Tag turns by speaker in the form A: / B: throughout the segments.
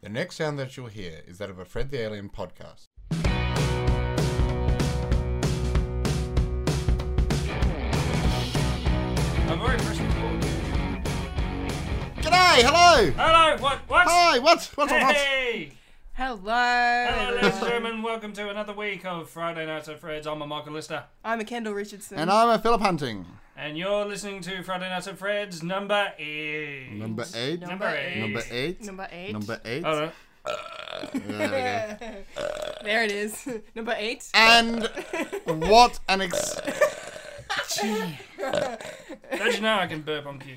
A: The next sound that you'll hear is that of a Fred the Alien podcast.
B: I'm very impressed.
A: G'day, hello,
B: Hello, what, what?
A: hi, what, what, what?
B: Hey!
C: Hello.
B: Hello, ladies and
C: everyone.
B: gentlemen. Welcome to another week of Friday Nights at Fred's. I'm a Michael Lister,
C: I'm a Kendall Richardson.
A: And I'm a Philip Hunting.
B: and you're listening to Friday Nights at Fred's number eight.
A: Number eight.
C: No.
B: Number eight.
A: Number eight.
C: number eight.
A: Number eight.
B: Hold on.
A: Yeah, there we go.
C: there it is. number eight.
A: And what an ex.
B: Don't you know I can burp on cue?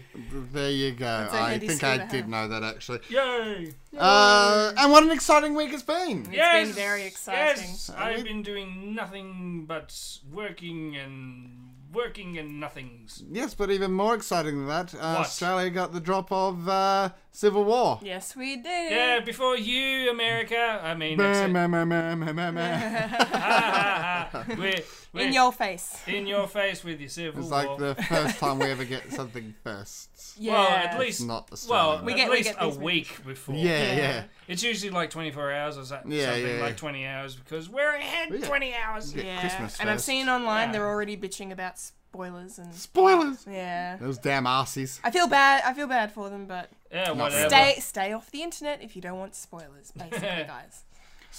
A: There you go.
C: okay,
A: I
C: they
A: think
C: still
A: I
C: have.
A: did know that actually.
B: Yay!
A: Uh, and what an exciting week it's been.
C: It's
B: yes!
C: been very exciting.
B: Yes!
A: Are we-
B: I've been doing nothing but working and working and nothings.
A: Yes, but even more exciting than that, uh,
B: What?
A: Australia got the drop of uh, Civil War.
C: Yes, we did.
B: Yeah, before you, America. I mean,
A: Meh,
B: except-
A: meh, meh, meh, meh, meh, meh.
B: Ah, ah, ah. We're-
C: In
B: we're
C: your face.
B: in your face with your civil
A: It's like
B: war.
A: the first time we ever get something first.
C: Yeah.
B: Well, at
A: It's
B: least
A: not Australia.
B: Well,
C: We
B: at
C: get- we
B: least
C: get
B: a
C: these
B: week before.
A: yeah, yeah.
B: It's usually like 24 hours or so- something,
A: Yeah, yeah, yeah.
B: like 20 hours, because we're ahead
A: Yeah.
B: 20 hours.
A: Yeah.
C: Yeah.
A: Christmas
C: and I'm
A: first.
C: seeing online
B: Yeah.
C: they're already bitching about spoilers and
A: Spoilers!
C: yeah.
A: Those damn arses.
C: I feel bad. I feel bad for them, but
B: Yeah,
A: Not
B: whatever.
C: stay stay off the internet if you don't want spoilers, basically, guys.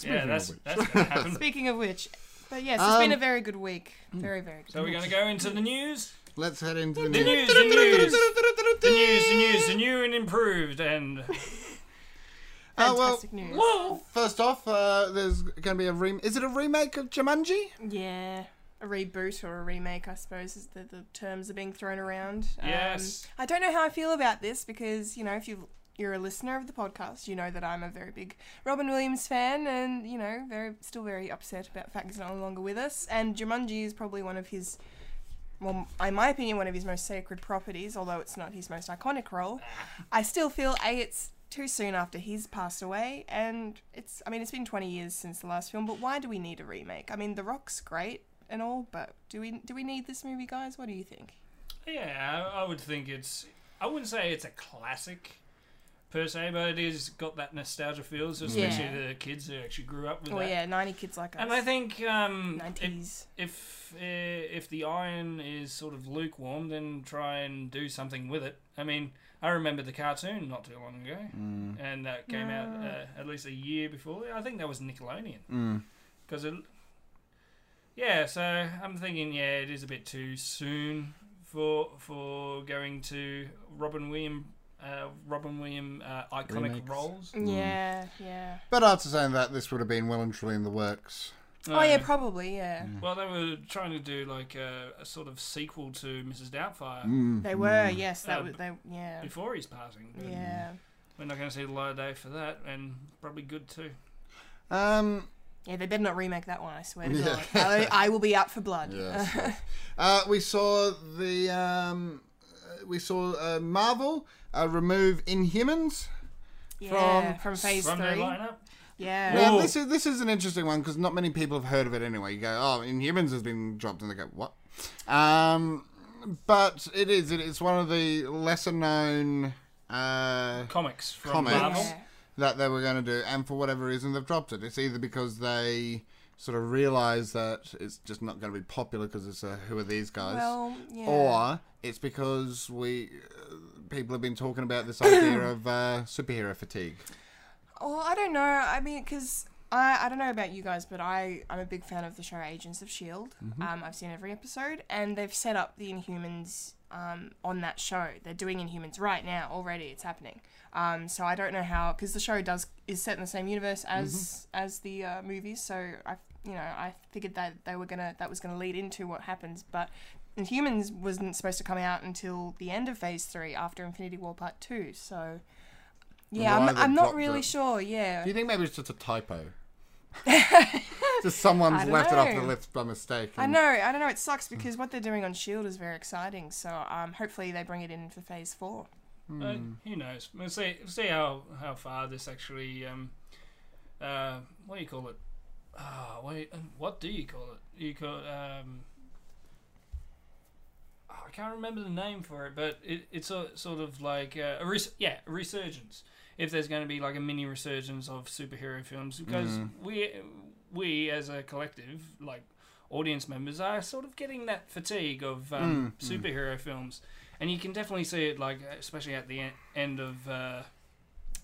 B: yeah,
A: of
B: that's,
A: which.
B: that's going to happen.
C: Speaking of which, but yes, it's been
A: Um,
C: a very good week. Very very good.
B: So we're going to go into the news.
A: Let's head into the
B: The
A: news.
B: news, the news, the news, the news, the new and improved, and
A: Uh, well,
C: Fantastic news.
B: whoa,
A: first off, uh, there's going to be a rem. Is it a remake of Jumanji?
C: Yeah, a reboot or a remake, I suppose, is the, the terms are being thrown around.
B: Yes.
C: Um, I don't know how I feel about this because, you know, if you you're a listener of the podcast, you know that I'm a very big Robin Williams fan and, you know, very still very upset about the fact he's no longer with us. And Jumanji is probably one of his well, in my opinion, one of his most sacred properties, although it's not his most iconic role. I still feel A, it's too soon after he's passed away, and it's, I mean, it's been 20 years since the last film, but why do we need a remake? I mean, The Rock's great and all, but do we, do we need this movie, guys? What do you think?
B: yeah, I, I would think it's. I wouldn't say it's a classic per se, but it is got that nostalgia feel, so especially
C: Yeah.
B: the kids who actually grew up with
C: Oh,
B: that.
C: yeah, 90 kids like us.
B: And I think um, it-
C: 90s.
B: if uh, if the iron is sort of lukewarm, then try and do something with it. I mean, I remember the cartoon not too long ago, and that came
C: Ah.
B: out uh, at least a year before. I think that was Nickelodeon because it. Yeah, so I'm thinking, yeah, it is a bit too soon for for going to Robin William, uh, Robin William uh, iconic
A: Remakes.
B: roles.
C: Mm. Yeah, yeah.
A: But after saying that, this would have been well and truly in the works.
C: Oh, yeah,
B: Uh,
C: probably, yeah.
A: Mm.
B: Well, they were trying to do like a, a sort of sequel to Mrs. Doubtfire
A: Mm.
C: They were, yes, that
B: Uh,
C: was, they, yeah.
B: before his passing. but
C: Yeah.
B: We're not going to see the light of day for that, and probably good too.
A: Um,
C: Yeah, they better not remake that one, I swear to
A: Yeah.
C: God. I, I will be out for blood.
A: Yes. uh, we saw the um, uh, we saw uh, Marvel uh, remove Inhumans.
C: Yeah,
A: From-
C: from, phase
B: From their
C: three.
B: lineup,
C: Yeah.
A: Now,
B: Ooh.
A: this is this is an interesting one because not many people have heard of it anyway. You go, oh, Inhumans has been dropped, and they go, what? Um, but it is it, it's one of the lesser known uh,
B: comics from
A: Comics.
B: Marvel.
C: Yeah.
A: that they were going to do, and for whatever reason they've dropped it. It's either because they sort of realize that it's just not going to be popular because it's a who are these guys,
C: Well, yeah.
A: or it's because we uh, people have been talking about this idea of uh, superhero fatigue.
C: Well, Oh, I don't know. I mean, because I, I don't know about you guys, but I, I'm a big fan of the show Agents of S.H.I.E.L.D.
A: Mm-hmm.
C: Um, I've seen every episode, and they've set up the Inhumans um, on that show. They're doing Inhumans right now, already. It's happening. Um, so I don't know how, because the show does is set in the same universe as
A: Mm-hmm.
C: as the uh, movies. So I, you know, I figured that they were gonna that was gonna lead into what happens, but. Inhumans wasn't supposed to come out until the end of Phase Three after Infinity War Part Two, so yeah,
A: Why
C: I'm,
A: they
C: I'm not
A: dropped
C: really
A: it.
C: sure. Yeah,
A: Do you think maybe it's just a typo? just someone's
C: I don't
A: left it off the
C: know.
A: list by mistake.
C: I
A: and-
C: know, I don't know. It sucks because what they're doing on Shield E is very exciting. So um, hopefully they bring it in for Phase Four.
B: Uh, who knows? We'll see. We'll see how how far this actually. Um, uh, what do you call it? Ah, what, what do you call it? You call it, um. oh, I can't remember the name for it, but it, it's a sort of like uh, a res- yeah a resurgence. if there's going to be like a mini resurgence of superhero films because we we as a collective like audience members are sort of getting that fatigue of
A: Mm,
B: um, superhero films and you can definitely see it like especially at the en- end of uh,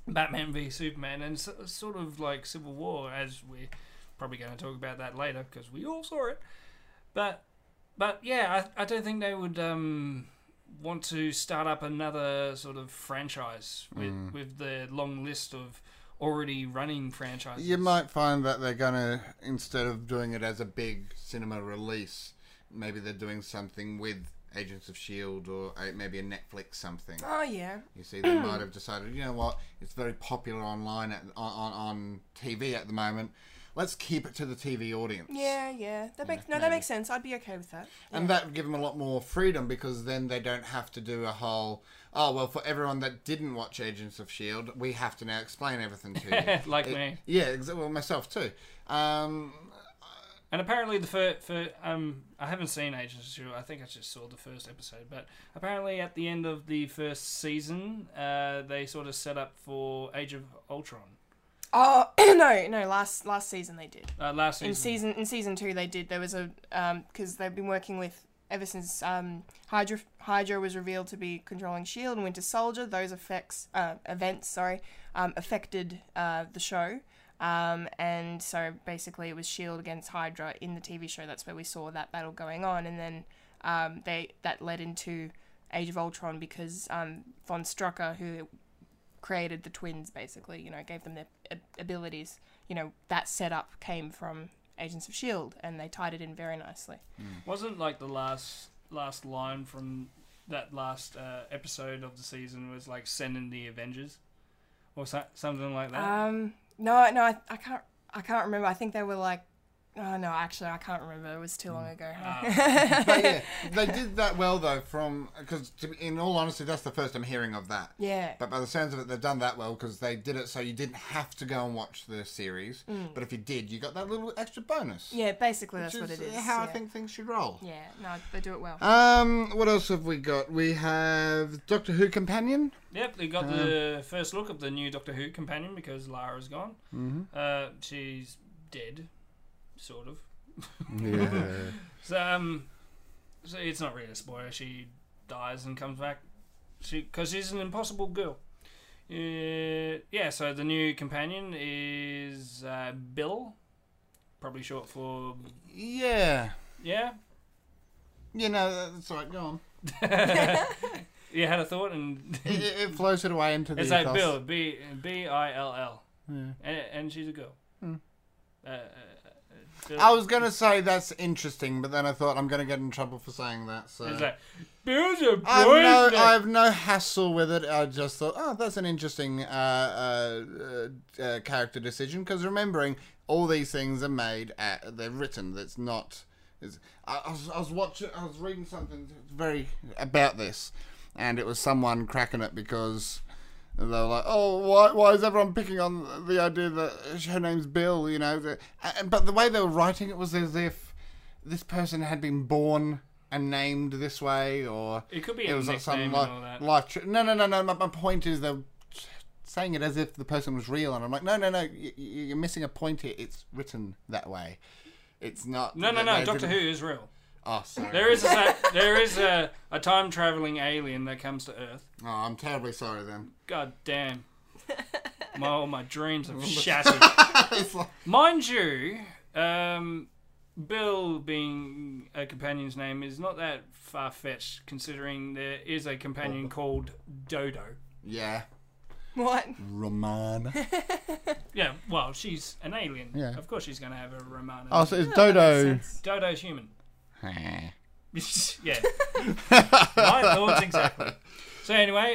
B: Batman v Superman and s sort of like Civil War as we're probably going to talk about that later because we all saw it but but yeah I, I don't think they would um, want to start up another sort of franchise with,
A: Mm.
B: with the long list of already running franchises.
A: You might find that they're gonna instead of doing it as a big cinema release, maybe they're doing something with Agents of Shield or uh, maybe a Netflix something.
C: Oh yeah.
A: You see, they might have decided, you know what, it's very popular online at, on, on on TV at the moment. Let's keep it to the TV audience.
C: Yeah, yeah. That makes no, that makes sense. I'd be okay with that.
A: And that would give them a lot more freedom because then they don't have to do a whole, oh, well, for everyone that didn't watch Agents of S.H.I.E.L.D., E we have to now explain everything to you.
B: like
A: It-
B: me.
A: Yeah, exa- well, myself too. Um,
B: And apparently the first, for um I haven't seen Agents of Shield. I think I just saw the first episode, but apparently at the end of the first season, uh, they sort of set up for Age of Ultron.
C: Oh no, no. Last last season they did.
B: Uh, last
C: In
B: season.
C: season in season two they did. There was a um because they've been working with ever since um Hydra Hydra was revealed to be controlling Shield E and Winter Soldier. Those effects uh, events sorry um, affected uh, the show. Um, and so basically it was Shield E against Hydra in the TV show. That's where we saw that battle going on, and then um, they that led into Age of Ultron because um, von Strucker who created the twins basically you know gave them their a- abilities you know that setup came from agents of shield E and they tied it in very nicely
B: Wasn't like the last last line from that last uh, episode of the season was like sending the Avengers or so- something like that.
C: um no no I, I can't i can't remember i think they were like oh no actually i can't remember it was too long ago
B: Ah.
A: but yeah, they did that well, though, from, because in all honesty, that's the first I'm hearing of that.
C: yeah
A: But by the sounds of it, they've done that well because they did it so you didn't have to go and watch the series. But if you did, you got that little extra bonus.
C: Mm. yeah basically that's
A: which
C: what it is
A: How I
C: yeah.
A: think things should roll.
C: yeah no they do it well
A: Um, what else have we got? We have Doctor Who companion.
B: Yep, they got the first look of the new Doctor Who companion because Lara's gone. Mm-hmm. Uh, she's dead, sort of.
A: Yeah.
B: So, um, so it's not really a spoiler. She dies and comes back. She because she's an impossible girl. Uh, yeah. So the new companion is uh, Bill, probably short for
A: yeah.
B: yeah.
A: You know, that's all right. Go on.
B: You had a thought and
A: It, it, it floated away into the.
B: it's like
A: ethos.
B: Bill B B I L L,
A: Yeah.
B: and and she's a girl. Uh, uh, uh, Bill.
A: I was gonna say that's interesting, but then I thought I'm gonna get in trouble for saying that. So
B: It's like Bill's a boy.
A: I've no, I've no hassle with it. I just thought, oh, that's an interesting uh, uh, uh, uh, character decision because remembering all these things are made, at, they're written. That's not. Is, I, I was, I was watching, I was reading something very about this, and it was someone cracking it because they were like, oh, why, why is everyone picking on the idea that her name's Bill? You know, the, uh, but the way they were writing it was as if this person had been born and named this way, or
B: It could be
A: it
B: a
A: was like some
B: nickname
A: li-
B: and all that.
A: life. Tri- no, no, no, no. My, my point is they're saying it as if the person was real, and I'm like, no, no, no. You, you're missing a point here. It's written that way. It's not.
B: no, no,
A: that
B: no.
A: they
B: Doctor Who
A: didn't-
B: is real.
A: Oh, sorry.
B: There is a there is a, a time traveling alien that comes to Earth.
A: Oh, I'm terribly sorry then.
B: God damn. My, all my dreams have shattered. Mind you, um, Bill being a companion's name is not that far fetched, considering there is a companion called Dodo.
A: Yeah,
C: what
A: Romana.
B: Yeah, well, she's an alien.
A: Yeah.
B: Of course, she's going to have a Romana.
A: Oh, so it's
C: That
A: Dodo.
C: makes sense.
B: Dodo's human.
A: Eh.
B: yeah. My thoughts exactly. So anyway,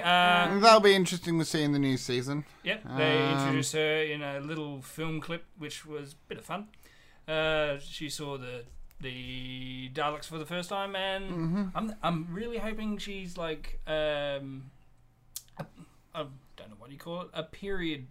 B: uh,
A: That'll be interesting to see in the new season.
B: yep, they
A: Um,
B: introduced her in a little film clip, which was a bit of fun. Uh, she saw the the Daleks for the first time, and
A: Mm. Mm-hmm.
B: I'm I'm really hoping she's like um, a, I don't know what you call it, a period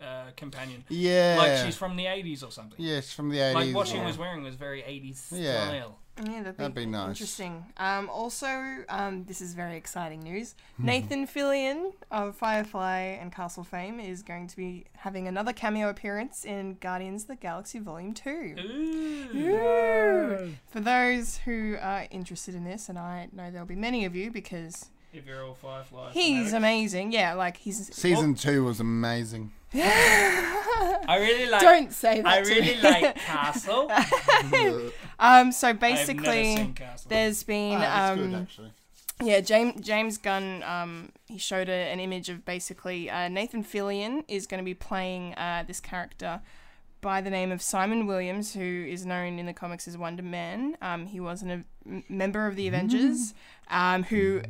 B: uh, companion.
A: Yeah.
B: Like she's from the 80s or something.
A: Yes, from the 80s.
B: Like what she
A: yeah.
B: was wearing was very 80s
A: Yeah.
B: style.
C: Yeah, that'd be,
A: That'd be nice.
C: Interesting. Um, also, um, this is very exciting news.
A: Hmm.
C: Nathan Fillion of Firefly and Castle fame is going to be having another cameo appearance in Guardians of the Galaxy Volume 2.
B: Ooh.
C: For those who are interested in this, and I know there'll be many of you because
B: If you're all Firefly.
C: he's
B: fanatics.
C: amazing. Yeah, like he's.
A: Season two was amazing.
B: I really like.
C: Don't say that.
B: I
C: to
B: really
C: me.
B: like Castle. I've
C: um, so
B: never seen
C: basically,
B: Castle.
C: there's been.
A: Ah, it's
C: um,
A: good actually.
C: Yeah, James James Gunn. Um, he showed a, an image of basically uh, Nathan Fillion is going to be playing uh, this character by the name of Simon Williams, who is known in the comics as Wonder Man. Um, he was an, a m- member
B: Mm.
C: of the Avengers, um, who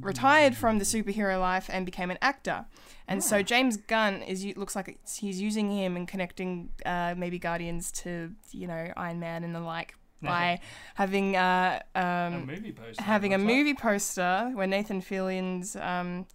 C: retired from the superhero life and became an actor. And so James Gunn is u- looks like it's, he's using him and connecting uh, maybe Guardians to you know Iron Man and the like by having uh,
B: a
C: um,
B: movie poster.
C: having a
B: looks like.
C: movie poster where Nathan Fillion's um,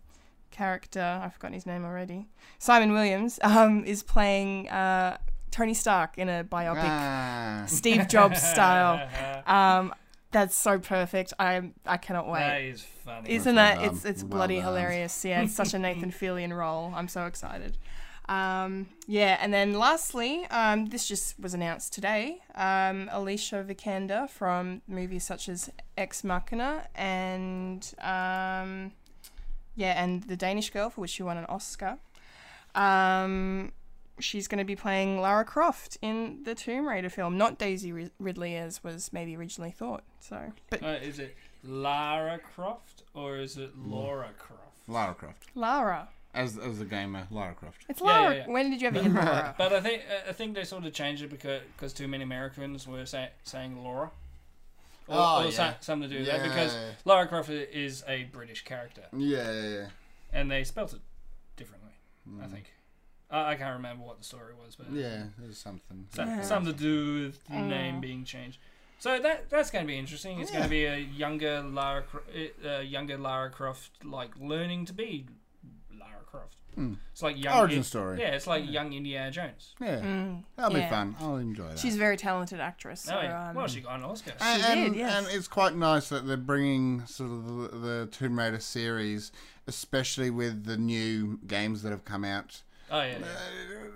C: character, I've forgotten his name already, Simon Williams, um, is playing uh, Tony Stark in a biopic,
A: Ah.
C: Steve Jobs style. Um, that's so perfect. I I cannot wait.
B: That is funny.
C: Isn't
A: Well
C: that
A: done.
C: it's it's
A: Well
C: bloody
A: done.
C: hilarious? Yeah, it's such a Nathan Fillion role. I'm so excited. Um, yeah, and then lastly, um, this just was announced today. Um, Alicia Vikander from movies such as Ex Machina and um, yeah, and The Danish Girl, for which she won an Oscar. Um, she's going to be playing Lara Croft in the Tomb Raider film, not Daisy Rid- Ridley as was maybe originally thought. So, but
B: Uh, is it Lara Croft or is it
A: Mm.
B: Laura Croft?
A: Lara Croft.
C: Lara.
A: As, as a gamer, Lara Croft.
C: It's
B: Yeah, yeah,
C: Lara.
B: yeah.
C: When did you ever hear Lara?
B: But I think I think they sort of changed it because cause too many Americans were say, saying Laura. Or,
A: Oh,
B: or
A: yeah.
B: so- something to do with that
A: Yeah.
B: because Lara Croft i- is a British character
A: Yeah, yeah, yeah.
B: and they spelt it differently. I think I, I can't remember what the story was, but
A: Mm. Yeah, there's something.
B: so, something to do with the name being changed. So that that's going to be interesting. It's going
A: Yeah.
B: to be a younger Lara, Cro- uh, younger Lara Croft, like learning to be Lara Croft. It's like young
A: Hmm. Origin
B: I-
A: story.
B: Yeah, it's like young Indiana Jones.
A: Yeah.
C: Mm,
A: That'll
C: yeah.
A: be fun. I'll enjoy that.
C: She's a very talented actress. So,
B: Oh, yeah.
C: um,
B: well, she got an Oscar.
A: and,
C: She did,
A: and-
C: yes.
A: and it's quite nice that they're bringing sort of the, the Tomb Raider series, especially with the new games that have come out.
B: oh yeah, yeah.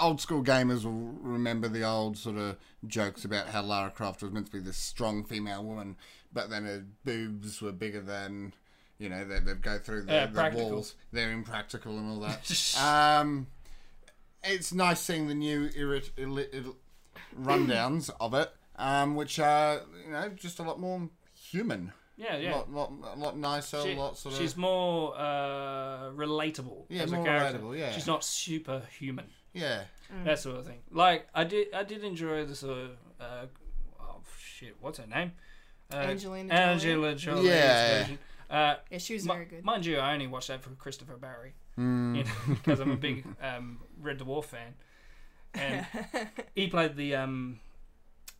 A: Old school gamers will remember the old sort of jokes about how Lara Croft was meant to be this strong female woman, but then her boobs were bigger than, you know, they, they'd go through the,
B: Yeah,
A: the
B: practical.
A: walls. They're impractical and all that. um, it's nice seeing the new irrit- illi- ill- rundowns of it, um, which are you know just a lot more human,
B: yeah,
A: a
B: yeah.
A: lot, lot, a lot nicer, a
B: She-
A: lot sort of.
B: she's more uh, relatable.
A: Yeah,
B: as a
A: more
B: character.
A: relatable, yeah.
B: she's not superhuman.
A: yeah,
C: Mm.
B: That sort of thing. Like I did, I did enjoy the sort of uh, oh shit, what's her name? Uh,
C: Angelina Jolie.
B: Angela Jolie's
A: Yeah.
B: version. Uh,
C: yeah, she was
B: mi-
C: very good.
B: Mind you, I only watched that for Christopher Barry Mm,
A: Mm.
B: because I'm a big um, Red Dwarf fan, and he played the um,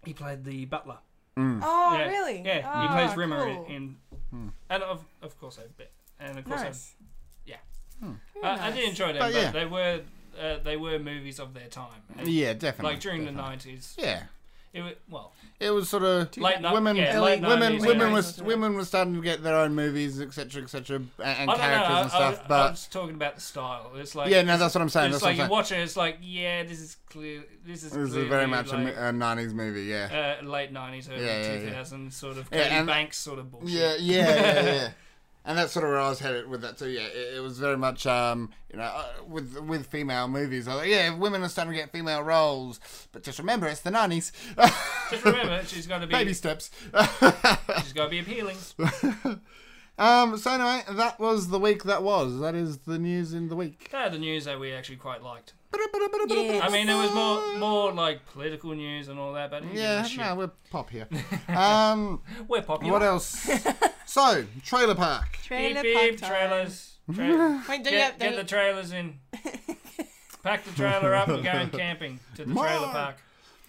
B: he played the butler.
C: oh,
B: yeah,
C: really?
B: Yeah,
C: oh,
B: he plays Rimmer
C: cool.
B: in, in
A: Hmm.
B: and of of course I bet, and of course I
C: Nice.
B: I, I did enjoy them,
A: But
B: but,
A: Oh, yeah.
B: they were uh, they were movies of their time. And,
A: yeah, definitely.
B: Like during the
A: definitely.
B: nineties,
A: Yeah,
B: it was well
A: it was sort of
B: late ni-
A: women.
B: yeah,
C: early
B: late
A: Women,
B: 90s,
A: women
B: yeah.
A: were
C: Yeah.
A: women were starting to get their own movies, etc., etc., and, and
B: I don't know.
A: characters
B: I,
A: and stuff.
B: I, I
A: but
B: was talking about the style. It's like
A: yeah, no, that's what I'm saying. That's
B: it's like
A: what
B: you
A: I'm saying.
B: watch it. It's like yeah, this is clear. This
A: This
B: is clearly
A: is very much a
B: like,
A: mi- a, '90s movie. Yeah.
B: uh, late nineties, early
A: Yeah, yeah, yeah.
B: two thousands, sort of
A: Yeah,
B: Cody
A: and-
B: Banks sort of bullshit.
A: Yeah, yeah, yeah, yeah. And that's sort of where I was headed with that too. Yeah, it, it was very much, um, you know, uh, with with female movies. I was like, yeah, women are starting to get female roles, but just remember, it's the nineties.
B: Just remember, she's got to be
A: Baby steps.
B: she's got to be appealing.
A: um, so anyway, that was the week that was. That is the news in the week.
B: They're the news that we actually quite liked.
C: Yeah.
B: I mean, it was more more like political news and all that, but who gives a
A: Yeah,
B: shit?
A: no, we're pop here. Um,
B: we're popular.
A: what else? so, Trailer Park.
C: Trailer
B: beep, beep,
C: park time.
B: trailers. Tra-
C: Wait, don't
B: get,
C: you
B: get
C: have
B: the
C: the
B: trailers in. Pack the trailer up and go in camping to the trailer
A: Mar-
B: park.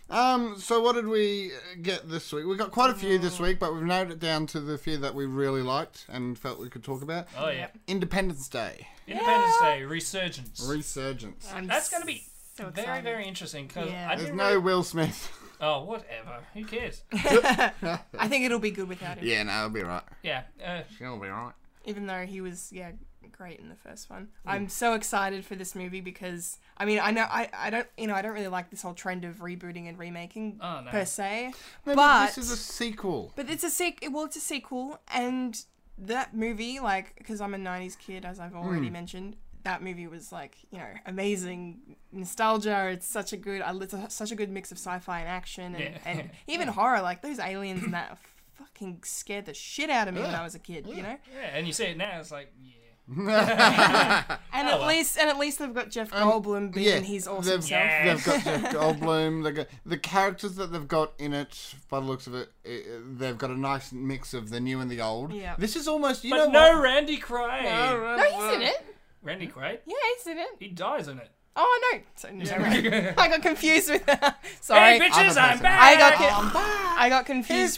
A: Um, so what did we uh, get this week? We got quite a few this week, but we've narrowed it down to the few that we really liked and felt we could talk about.
B: Oh yeah,
A: Independence Day
B: Independence Day resurgence.
A: resurgence.
C: I'm
B: That's gonna be
C: so
B: very
C: excited.
B: very interesting because
C: Yeah.
B: I
A: There's
B: didn't.
A: no Will Smith.
B: Oh whatever, who cares?
C: I think it'll be good without him,
A: yeah, no, it'll be right.
B: Yeah, uh,
A: She'll be right.
C: even though he was yeah great in the first one. I'm so excited for this movie because I mean I know I, I don't you know I don't really like this whole trend of rebooting and remaking
B: Oh, no.
C: per se,
A: No,
C: but
A: this is a sequel.
C: But it's a sequel. Well, it's a sequel, and that movie, like, because I'm a '90s kid, as I've
B: Hmm.
C: already mentioned, that movie was like, you know, amazing nostalgia. It's such a good, it's a, such a good mix of sci-fi and action, and,
B: Yeah.
C: and even horror. Like those aliens and that fucking scared the shit out of me when
A: Yeah.
C: I was a kid, you know.
B: yeah, and you see it now, it's like yeah,
C: And
B: Oh,
C: at
B: well.
C: least, and at least they've got Jeff
A: Um,
C: Goldblum being
A: yeah,
C: his awesome
A: they've-
C: self.
B: Yeah.
A: They've got Jeff Goldblum. They got the characters that they've got in it. By the looks of it, i they've got a nice mix of the new and the old.
C: Yeah.
A: This is almost you know
B: but no
A: what?
B: Randy Quaid.
C: No, he's in it.
B: Randy Quaid,
C: Yeah, he's in it.
B: he dies in it.
C: Oh no, so, no right.
B: hey
C: I got confused with that. Sorry.
B: bitches,
A: other
B: I'm
A: person.
B: back.
C: I got
A: Oh,
C: con-
A: I'm back.
C: I got confused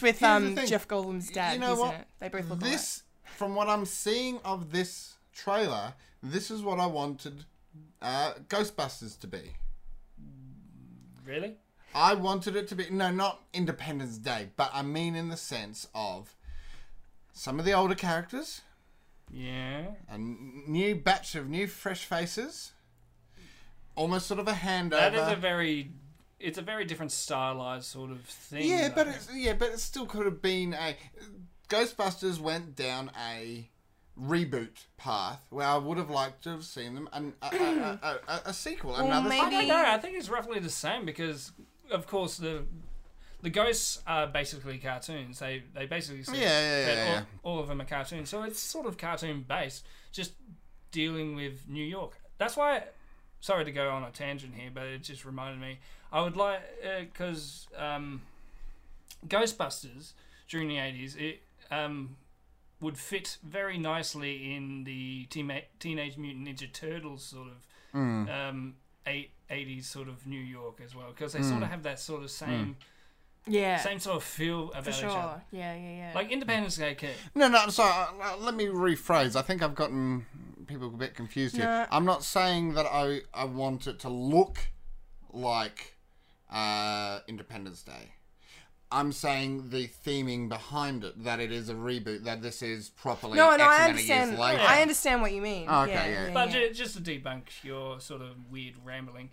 A: Here's-
C: with
A: here's the
C: um
A: thing.
C: Jeff Goldblum's dad.
A: you know
C: He's in
A: what?
C: it. They both look alike.
A: This, from what I'm seeing of this trailer, this is what I wanted uh, Ghostbusters to be.
B: really?
A: I wanted it to be no, not Independence Day, but I mean in the sense of some of the older characters,
B: Yeah.
A: a n- new batch of new fresh faces, almost sort of a handover.
B: That is a very, it's a very different stylized sort of thing.
A: yeah, but
B: though.
A: it's, yeah, but it still could have been a Ghostbusters went down a reboot path where I would have liked to have seen them an, a, a, a, a, a sequel, another
C: maybe-
B: I don't
A: sequel.
B: know. I think it's roughly the same because, of course, the the ghosts are basically cartoons. They they basically said
A: Yeah, yeah, yeah,
B: that
A: yeah,
B: All, all of them are cartoons. So it's sort of cartoon based, just dealing with New York. That's why. Sorry to go on a tangent here, but it just reminded me. I would like because um, Ghostbusters during the eighties it um, would fit very nicely in the Teen- Teenage Mutant Ninja Turtles sort of
A: Hmm.
B: um, eight, 80s sort of New York as well because
A: Hmm.
B: they sort of have that sort of same
C: yeah,
B: same sort of feel about
C: for
B: each other.
C: sure. Yeah, yeah, yeah.
B: Like Independence Day, okay.
A: No, no, sorry. uh, uh, Let me rephrase. I think I've gotten people a bit confused here.
C: No.
A: I'm not saying that I, I want it to look like uh, Independence Day. I'm saying the theming behind it, that it is a reboot, that this is properly
C: no,
A: X
C: no, I
A: amount of
C: understand.
A: years later.
C: I understand what you mean.
A: Oh, okay,
C: yeah,
A: yeah.
C: yeah,
B: But
C: yeah.
B: ju- just to debunk your sort of weird rambling,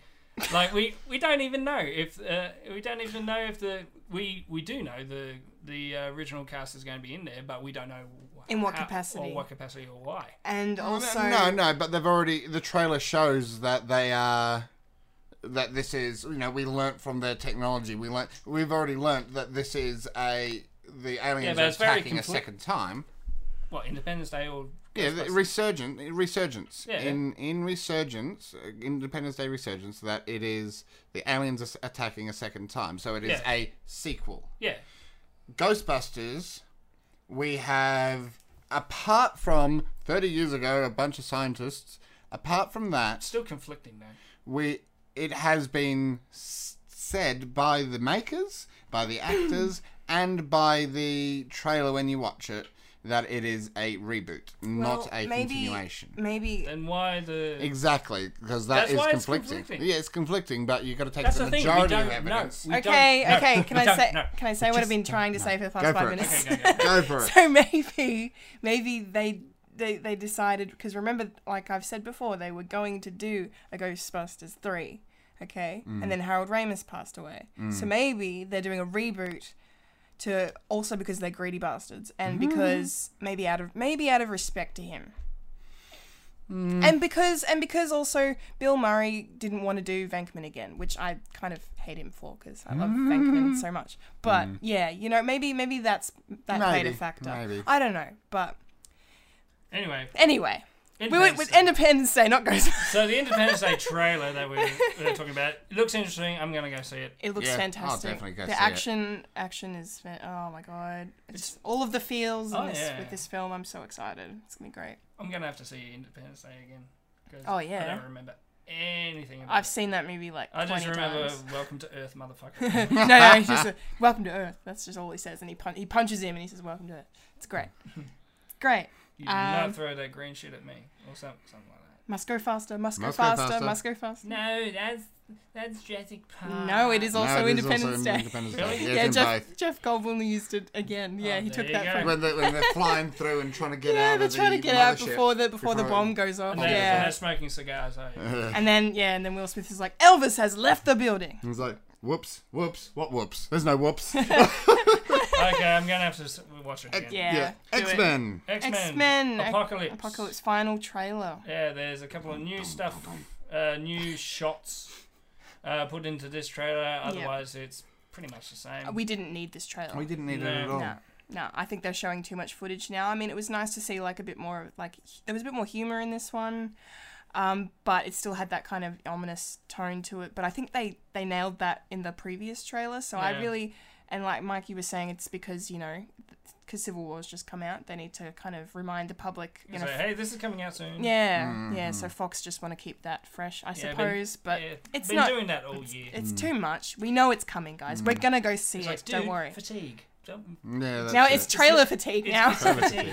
B: like we, we don't even know if uh, we don't even know if the we we do know the the uh, original cast is going to be in there, but we don't know wh-
C: In what
B: how-
C: capacity.
B: or what capacity or why.
C: and also,
A: no, no, but they've already. The trailer shows that they are. That this is, you know, we learnt from their technology. We learnt, we've already learnt that this is a the aliens
B: but
A: are
B: it's very
A: attacking a
B: confl-
A: second time.
B: What Independence Day or
A: Yeah, the resurgence, resurgence.
B: Yeah, yeah.
A: in in resurgence, uh, Independence Day resurgence. That it is the aliens are s- attacking a second time, so it is
B: Yeah.
A: a sequel.
B: yeah,
A: Ghostbusters, we have apart from thirty years ago, a bunch of scientists. Apart from that,
B: still conflicting though.
A: we it has been s- said by the makers, by the actors, and by the trailer when you watch it that it is a reboot,
C: well,
A: not a
C: maybe,
A: continuation.
C: Maybe
B: Then why the
A: Exactly, because that
B: That's
A: is
B: why it's
A: conflicting.
B: conflicting.
A: Yeah, it's conflicting, but you've got to take
B: That's
A: the
B: the thing. We
A: majority
B: don't
A: of
B: know.
A: evidence.
B: We don't
C: okay,
B: know.
C: okay. Can
B: We
C: I
B: don't
C: say?
B: know.
C: Can I say what I've
A: just
C: been trying to say for the
A: Go for
C: past five
A: it.
C: minutes?
B: Okay, go, go.
A: Go for it.
C: so maybe, maybe they they they decided because remember, like I've said before, they were going to do a Ghostbusters three, okay, and then Harold Ramis passed away, so maybe they're doing a reboot. To also because they're greedy bastards, and because maybe out of maybe out of respect to him, and because and because also Bill Murray didn't want to do Venkman again, which I kind of hate him for because I love Venkman so much. But yeah, you know, maybe maybe that's that played a
A: Maybe,
C: factor.
A: maybe.
C: I don't know, but
B: Anyway,
C: anyway, we went
B: Independence
C: with
B: Day.
C: Independence Day, not Ghost.
B: So the Independence Day trailer that we were talking about it looks interesting. I'm gonna go see it.
C: it looks
A: Yeah, I'll
C: fantastic.
A: definitely go
C: the
A: see it.
C: action action is fan- oh my god, it's, all of the feels in
B: Oh,
C: this,
B: yeah.
C: with this film. I'm so excited. It's gonna be great.
B: I'm gonna have to see Independence Day again. 'cause
C: Oh,
B: I
C: yeah.
B: don't remember anything about
C: I've
B: it.
C: seen that movie like
B: I just
C: 20
B: remember
C: times.
B: Welcome to Earth, motherfucker.
C: no, no, he's just uh, welcome to Earth. That's just all he says, and he pun- he punches him, and he says welcome to Earth. It's great, it's great.
B: You do
C: Um,
B: not throw that green shit at me, or something, something like that.
C: Must go faster. Must go faster, Must go faster.
B: No, that's that's Jurassic Park.
C: No, it is also
A: No, it is
C: Independence
A: in
C: Day.
A: Independence
B: Really?
A: Day.
B: Yeah,
A: Yeah,
C: yeah,
A: it's in
C: Jeff Jeff Goldblum used it again.
B: Oh,
C: Yeah, he
B: there
C: took
B: you
C: that.
B: go.
C: From,
A: both. When, they, when they're flying through and trying to get out
C: yeah,
A: of
C: they're
A: the
C: trying to get out
A: mothership.
C: before the before the
A: before it-
C: bomb goes off.
B: And they're, and
C: Yeah,
B: they're smoking cigars, are you?
C: and then yeah, and then Will Smith is like, Elvis has left the building.
A: It's like, whoops, whoops, what whoops? There's no whoops.
B: okay, I'm gonna have to s- watch it again.
C: Yeah, do it.
A: X Men.
B: X
C: X
B: Men.
C: Men
B: Apocalypse.
C: Apocalypse final trailer.
B: Yeah, there's a couple of new stuff, uh, new shots uh, put into this trailer. Otherwise, it's pretty much the same.
C: We didn't need this trailer.
A: We didn't need it
B: No.
A: at all.
C: No, no. I think they're showing too much footage now. I mean, it was nice to see like a bit more, like h- there was a bit more humor in this one, um, but it still had that kind of ominous tone to it. But I think they they nailed that in the previous trailer. So I
B: Yeah.
C: really, and like Mikey was saying, it's because you know, because Civil War's just come out, they need to kind of remind the public, you
B: so,
C: know.
B: hey, this is coming out soon.
C: yeah,
A: Mm-hmm.
C: yeah. So Fox just want to keep that fresh, I
B: Yeah, but-
C: suppose. But
B: Yeah,
C: it's
B: been
C: not.
B: doing that all year.
C: It's too much. We know it's coming, guys. We're gonna go see
B: It's
C: it.
B: like, dude,
C: Don't worry.
B: Fatigue. Don't-
A: Yeah, Mm. that's
C: Now
A: it.
C: it's trailer fatigue.
B: It's
C: Now.
B: essentially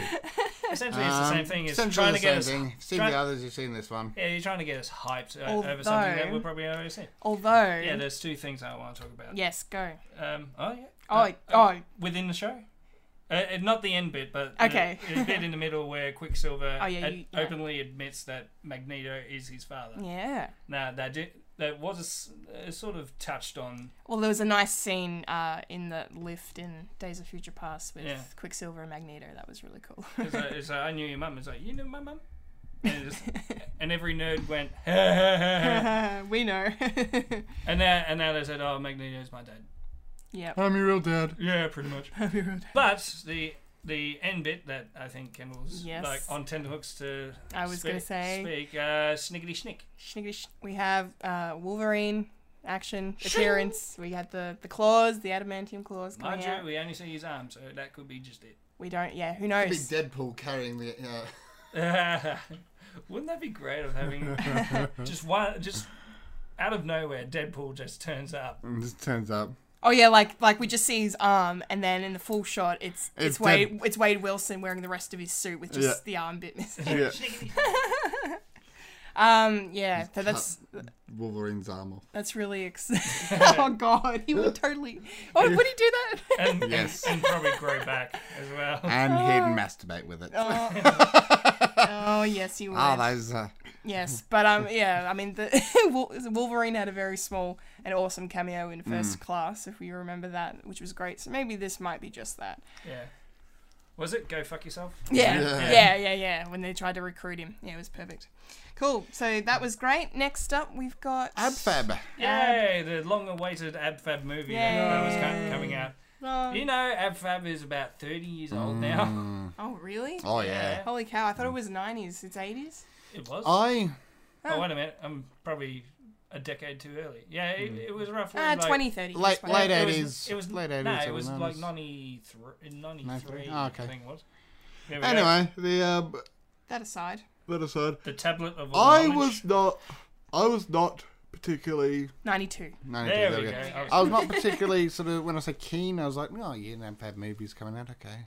B: essentially it's the
A: Um,
B: same thing. It's
A: essentially
B: trying
A: the
B: to get us.
A: same thing. You've seen
B: try-
A: the others, you've seen this one.
B: Yeah, you're trying to get us hyped uh, over something that
C: Although-
B: we're probably already seen.
C: Although,
B: Yeah, there's two things I want to talk about.
C: yes, go.
B: Um, oh yeah.
C: Oh,
B: Uh,
C: oh,
B: within the show. Uh, uh, not the end bit, but the-
C: Okay.
B: the bit in the middle where Quicksilver
C: Oh, yeah,
B: ad-
C: you- yeah. Mm.
B: openly admits that Magneto is his father.
C: yeah.
B: Now that did, that was a s- uh, sort of touched on.
C: Well, there was a nice scene uh, in the lift in Days of Future Past with
B: Yeah.
C: Quicksilver and Magneto. That was really cool.
B: It's like, it's like, I knew your mum. It's like you knew my mum. And, it just- and every nerd went. and
C: we know.
B: now and now they said, oh, Magneto's my dad.
C: yep.
A: I'm your real dad.
B: Yeah, pretty much. But the the end bit that I think Kendall's
C: Yes.
B: like on tenterhooks to
C: I was
B: spe-
C: gonna say-
B: speak uh, sniggity schnick.
C: Schniggity sh- We have uh, Wolverine action appearance. We had the the claws, the adamantium claws coming
B: Mind you,
C: out.
B: we only see his arm, so that could be just it.
C: We don't. Yeah, who
A: It'd be
C: knows?
A: Deadpool carrying the. Uh,
B: Wouldn't that be great of having just one just out of nowhere Deadpool just turns up.
A: and just turns up.
C: Oh yeah, like like we just see his arm, and then in the full shot, it's it's,
A: It's
C: Wade it's Wade Wilson wearing the rest of his suit with just
A: Yeah.
C: the arm bit missing.
A: Yeah.
C: Um, yeah, so that's
A: Wolverine's arm off.
C: that's really ex- Oh god, he would totally. Oh, would he do that?
B: And, and-
A: Yes.
B: and, probably grow back as well.
A: And he'd masturbate with it.
C: Oh, oh yes, he would.
A: Ah, those. Uh,
C: Yes, but um, yeah, I mean, the Wol- Wolverine had a very small and awesome cameo
A: Mm.
C: in First Class, if we remember that, which was great. So maybe this might be just that.
B: Yeah. Was it go fuck yourself?
C: Yeah,
A: Yeah.
C: yeah, yeah, yeah. When they tried to recruit him, yeah, it was perfect. Cool. So that was great. Next up, we've got
A: ab fab.
B: Yay, the long-awaited Ab Fab movie that- that was
C: Yay.
B: com- coming out.
C: Oh,
B: You know, Ab Fab is about 30 years
A: Mm.
B: old now.
C: oh, really?
A: Oh, yeah.
C: Holy cow! I thought it was '90s. It's '80s.
B: It was.
A: I.
B: Oh, wait a minute. I'm probably a decade too early. Yeah, it, it was roughly
C: Ah,
B: like...
C: 2030.
A: Late- late
C: That's right.
B: It was-
A: 80s,
B: It was,
A: late
B: No,
A: 80s,
B: it was
A: early
B: like
A: 90s.
B: 93, 93
A: Oh, okay.
B: I think it was. There we go.
A: Anyway, the. Uh,
C: That aside.
A: that aside.
B: The tablet of all
A: I
B: knowledge.
A: was not. I was not particularly.
C: 92.
A: No,
B: There
A: there
B: we
A: we
B: go. I was-
A: I was not particularly sort of when I say keen. I was like, oh, yeah, Ab fab movies coming out. Okay.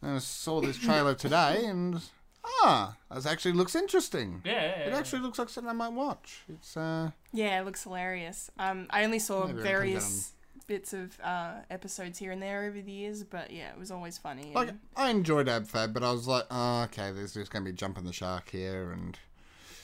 A: And I saw this trailer today, and ah, this actually looks interesting.
B: Yeah, yeah,
A: It
B: yeah.
A: actually looks like something I might watch. It's uh,
C: Yeah, it looks hilarious. Um, I only saw
A: Maybe it'll come
C: various bits of uh, episodes here and there over the years, but yeah, it was always funny.
A: like
B: Mm-hmm.
C: and-
A: I enjoyed Ab Fab, but I was like, oh, okay, there's just gonna be jumping the shark here, and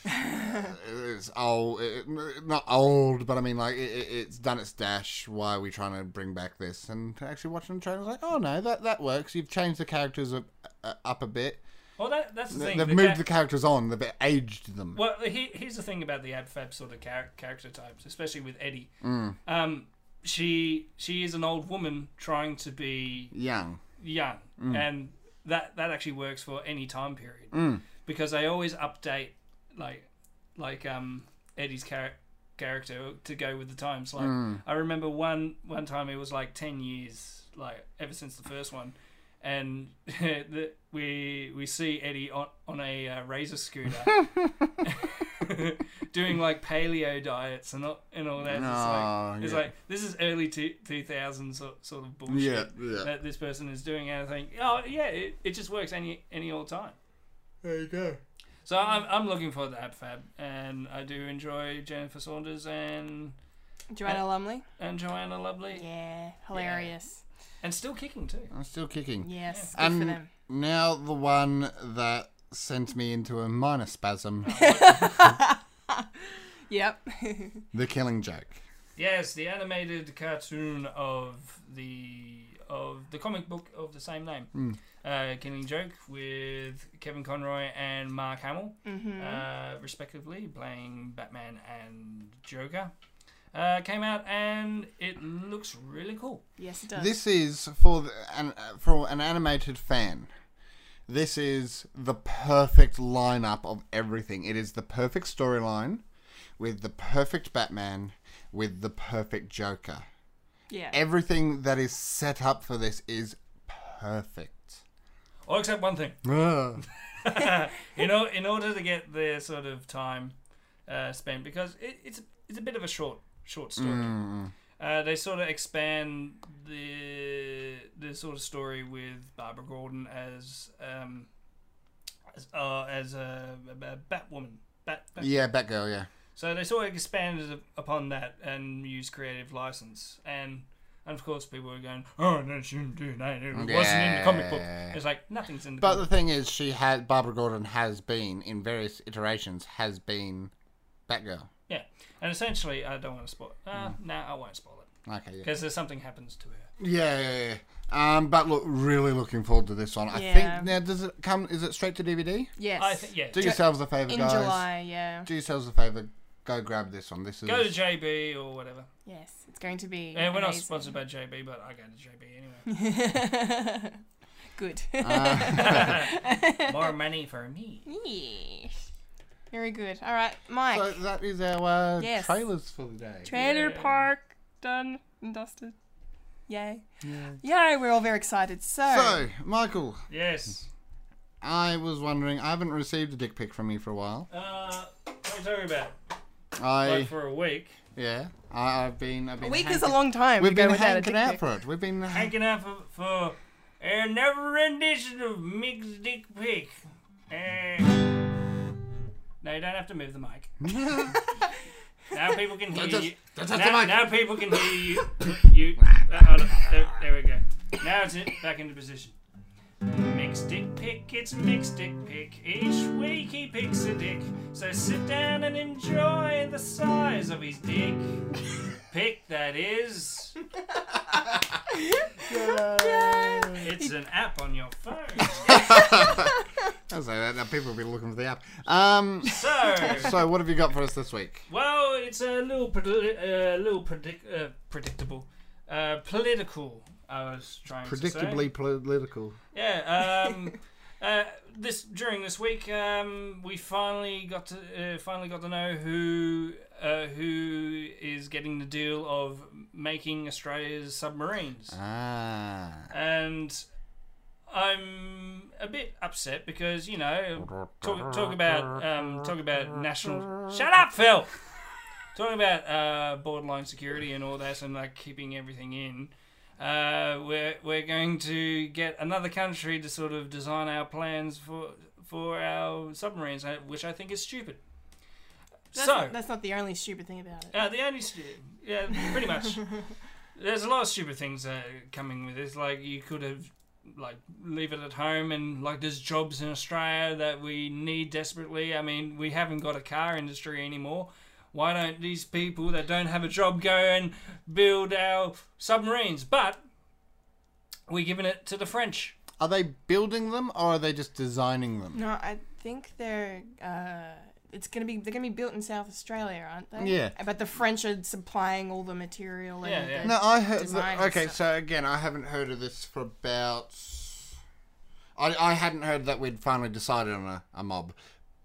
A: uh, it's old, it, it- not old, but I mean, like it, it- it's done its dash. Why are we trying to bring back this? And actually watching the trailer, I was like, oh no, that that works. You've changed the characters up, uh, up a bit.
B: Well, that, that's the
A: They-
B: thing.
A: They've
B: the
A: moved
B: ca-
A: the characters on. They've aged them.
B: Well, he, here's the thing about the ab fab sort of char- character types, especially with Eddie.
A: Mm.
B: Um, she she is an old woman trying to be
A: Young.
B: young, and that that actually works for any time period because they always update like like um Eddie's char- character to go with the times. Like I remember one one time it was like ten years, like ever since the first one, and the, we we see Eddie on on a uh, razor scooter. doing like paleo diets and all, and all that. It's,
A: Ah,
B: like, it's
A: yeah.
B: like this is early two two thousand sort, sort of bullshit
A: Yeah, yeah.
B: that this person is doing. And I think, oh yeah, it, it just works any any old time.
A: There you go.
B: So I'm I'm looking forward to Abfab, and I do enjoy Jennifer Saunders and
C: Joanna
A: uh,
C: Lumley.
B: and Joanna Lovely,
C: Yeah, hilarious.
B: and still kicking too.
A: I'm still kicking.
C: Yes, good for
A: And
C: them.
A: now the one that sent me into a minor spasm,
C: Yep.
A: the killing joke.
B: Yes, the animated cartoon of the of the comic book of the same name, uh, Killing Joke, with Kevin Conroy and Mark Hamill,
C: Mm-hmm.
B: uh, respectively, playing Batman and Joker, uh, came out and it looks really cool.
C: yes, it does.
A: This is for the, an uh, for an animated fan. This is the perfect lineup of everything. It is the perfect storyline with the perfect Batman with the perfect Joker.
C: yeah.
A: Everything that is set up for this is perfect.
B: All except one thing.
A: Ugh.
B: you know, in order to get the sort of time uh, spent, because it, it's it's a bit of a short short story.
A: Mm.
B: Uh, they sort of expand the the sort of story with Barbara Gordon as um, as, uh, as a, a, a Batwoman. Bat, bat.
A: yeah, Batgirl, yeah.
B: So they sort of expanded upon that and used creative license. And, and of course, people were going, "Oh, no, she didn't do that. It wasn't in the comic book."
A: Yeah.
B: It's like nothing's in the.
A: But
B: comic
A: the thing is, she had Barbara Gordon has been in various iterations has been Batgirl.
B: Yeah, and essentially, I don't want to spoil. Uh,
A: Mm.
B: No, I won't spoil it
A: Okay, yeah.
B: because there's something happens to her.
A: Yeah, yeah, yeah. Um, but look, really looking forward to this one. I
C: Yeah.
A: think now does it come? Is it straight to DVD?
C: yes.
B: I think yeah.
A: Do yourselves a favor,
C: In
A: guys.
C: July, yeah.
A: Do yourselves a favor. Go grab this one. This is
B: Go to JB or whatever.
C: Yes, it's going to be.
B: And we're not
C: amazing.
B: sponsored by JB, but I go to JB anyway.
C: Good.
A: uh,
B: More money for me.
C: Yes. Very good. All right, Mike.
A: so that is our uh,
C: Yes.
A: trailers for the day.
C: Trailer
B: Yeah.
C: park done and dusted. Yay. Yay, we're all very excited. So,
A: so, Michael,
B: Yes.
A: I was wondering. I haven't received a dick pic from you for a while.
B: Uh, what are you talking about?
A: I
B: Like for a week,
A: yeah. I, I've been. I've been
C: a week
A: hank-
C: is a long time.
A: We've
C: to go
A: been
C: without a
A: hanging
C: dick
A: out
C: pic.
A: for it. We've been.
B: hanging out for, for a never rendition of Mick's Dick Pic. And... No, you don't have to move the mic. Now people can hear
A: touch-
B: you.
A: don't touch the
B: now,
A: mic.
B: now people can hear you. You. uh, hold on. There, there we go. Now it's in, back into position. Mixed dick pick, it's mixed dick pick. Each week he picks a dick. So sit down and enjoy the size of his dick. Pick that is. It's an app on your phone.
A: I'll say that now. People will be looking for the app. Um.
B: So.
A: so, what have you got for us this week?
B: Well, it's a little, predi- uh, little predic- uh, predictable, uh, political. I was trying
A: Predictably
B: to say.
A: political.
B: Yeah. Um, uh, this during this week, um, we finally got to uh, finally got to know who uh, who is getting the deal of making Australia's submarines,
A: Uh. Ah.
B: and I'm a bit upset because you know talk, talk about um, talk about national. Shut up, Phil. Talking about uh, borderline security and all that, and like keeping everything in. Uh, we're we're going to get another country to sort of design our plans for for our submarines, uh, which I think is stupid.
C: That's,
B: so
C: not, that's not the only stupid thing about it.
B: uh, the only stu- yeah, pretty much. There's a lot of stupid things uh, coming with this. Like you could have like leave it at home and like there's jobs in Australia that we need desperately. I mean, we haven't got a car industry anymore. Why don't these people that don't have a job go and build our submarines? But we're giving it to the French.
A: Are they building them or are they just designing them?
C: No, I think they're. Uh, it's gonna be. They're gonna be built in South Australia, aren't they? Uh,
A: Yeah.
C: But the French are supplying all the material.
B: Yeah,
C: and
B: yeah.
C: the-
A: No, I heard.
C: Design
A: That,
C: and
A: okay,
C: stuff.
A: so again, I haven't heard of this for about. I, I hadn't heard that we'd finally decided on a, a mob,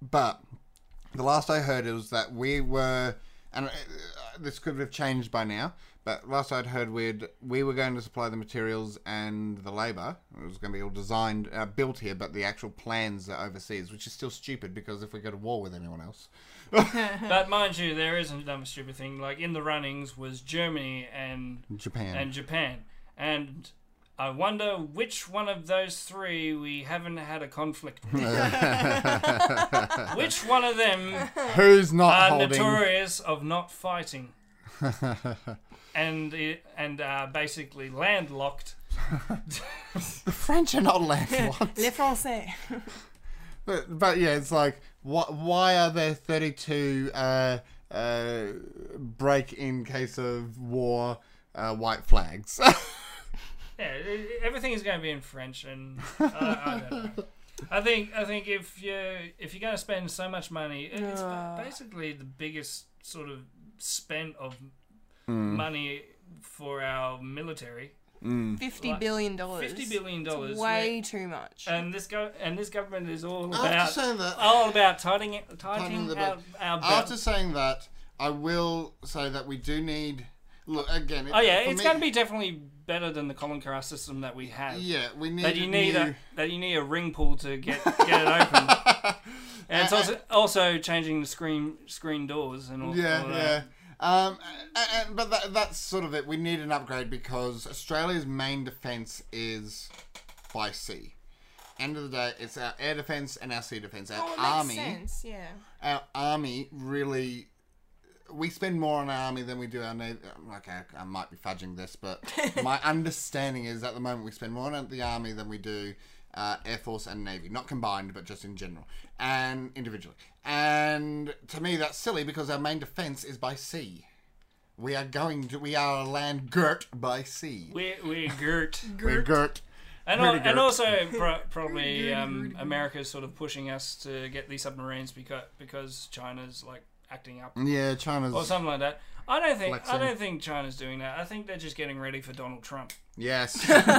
A: but the last I heard was that we were, and uh, this could have changed by now. But last I'd heard, we'd we were going to supply the materials and the labour. It was going to be all designed, uh, built here, but the actual plans are overseas, which is still stupid because if we go to war with anyone else,
B: But mind you, there is another stupid thing. Like in the runnings was Germany and
A: Japan.
B: and Japan, and I wonder which one of those three we haven't had a conflict with. which one of them
A: Who's not
B: are
A: holding?
B: notorious of not fighting and i- and are basically landlocked?
A: the French are not landlocked.
C: Le Français.
A: But, but yeah, it's like what? Why are there thirty-two uh, uh, break-in case of war uh, white flags?
B: Yeah, i- i- everything is going to be in French, and uh, I, I don't know. I think I think if you if you're going to spend so much money, it- it's ba-
C: Yeah.
B: basically the biggest sort of spend of
A: Hmm.
B: money for our military.
C: Fifty
A: Hmm.
B: Like,
C: billion dollars. Uh,
B: Fifty billion dollars.
C: Way too much.
B: And this go and this government is all
A: After
B: about
A: saying that,
B: all about tightening it, tightening,
A: Tightening the
B: our,
A: belt.
B: our belt.
A: after saying that, I will say that we do need. Look again.
B: oh yeah,
A: for
B: it's
A: me-
B: going to be definitely better than the common car system that we have.
A: Yeah, we need.
B: That you need
A: new-
B: a that you need a ring pull to get get it open. And
A: Uh,
B: it's also, also changing the screen screen doors and all,
A: Yeah,
B: all
A: yeah.
B: that.
A: Um, a- a- but that, that's sort of it. We need an upgrade because Australia's main defence is by sea. End of the day, it's our air defence and our sea defence. Our
C: oh, it makes
A: army,
C: sense. Yeah.
A: our army really. We spend more on our army than we do our navy. Okay, I might be fudging this, but my understanding is at the moment we spend more on the army than we do uh, air force and navy, not combined, but just in general and individually. And to me, that's silly because our main defense is by sea. We are going to. We are a land girt by sea.
B: We we girt.
A: We're girt.
B: And, al-
A: Pretty
B: and
A: good.
B: also pro- probably um, America's sort of pushing us to get these submarines because because China's like acting up
A: Yeah, China's.
B: or something like that. I don't think
A: Flexing.
B: I don't think China's doing that. I think they're just getting ready for Donald Trump
A: Yes.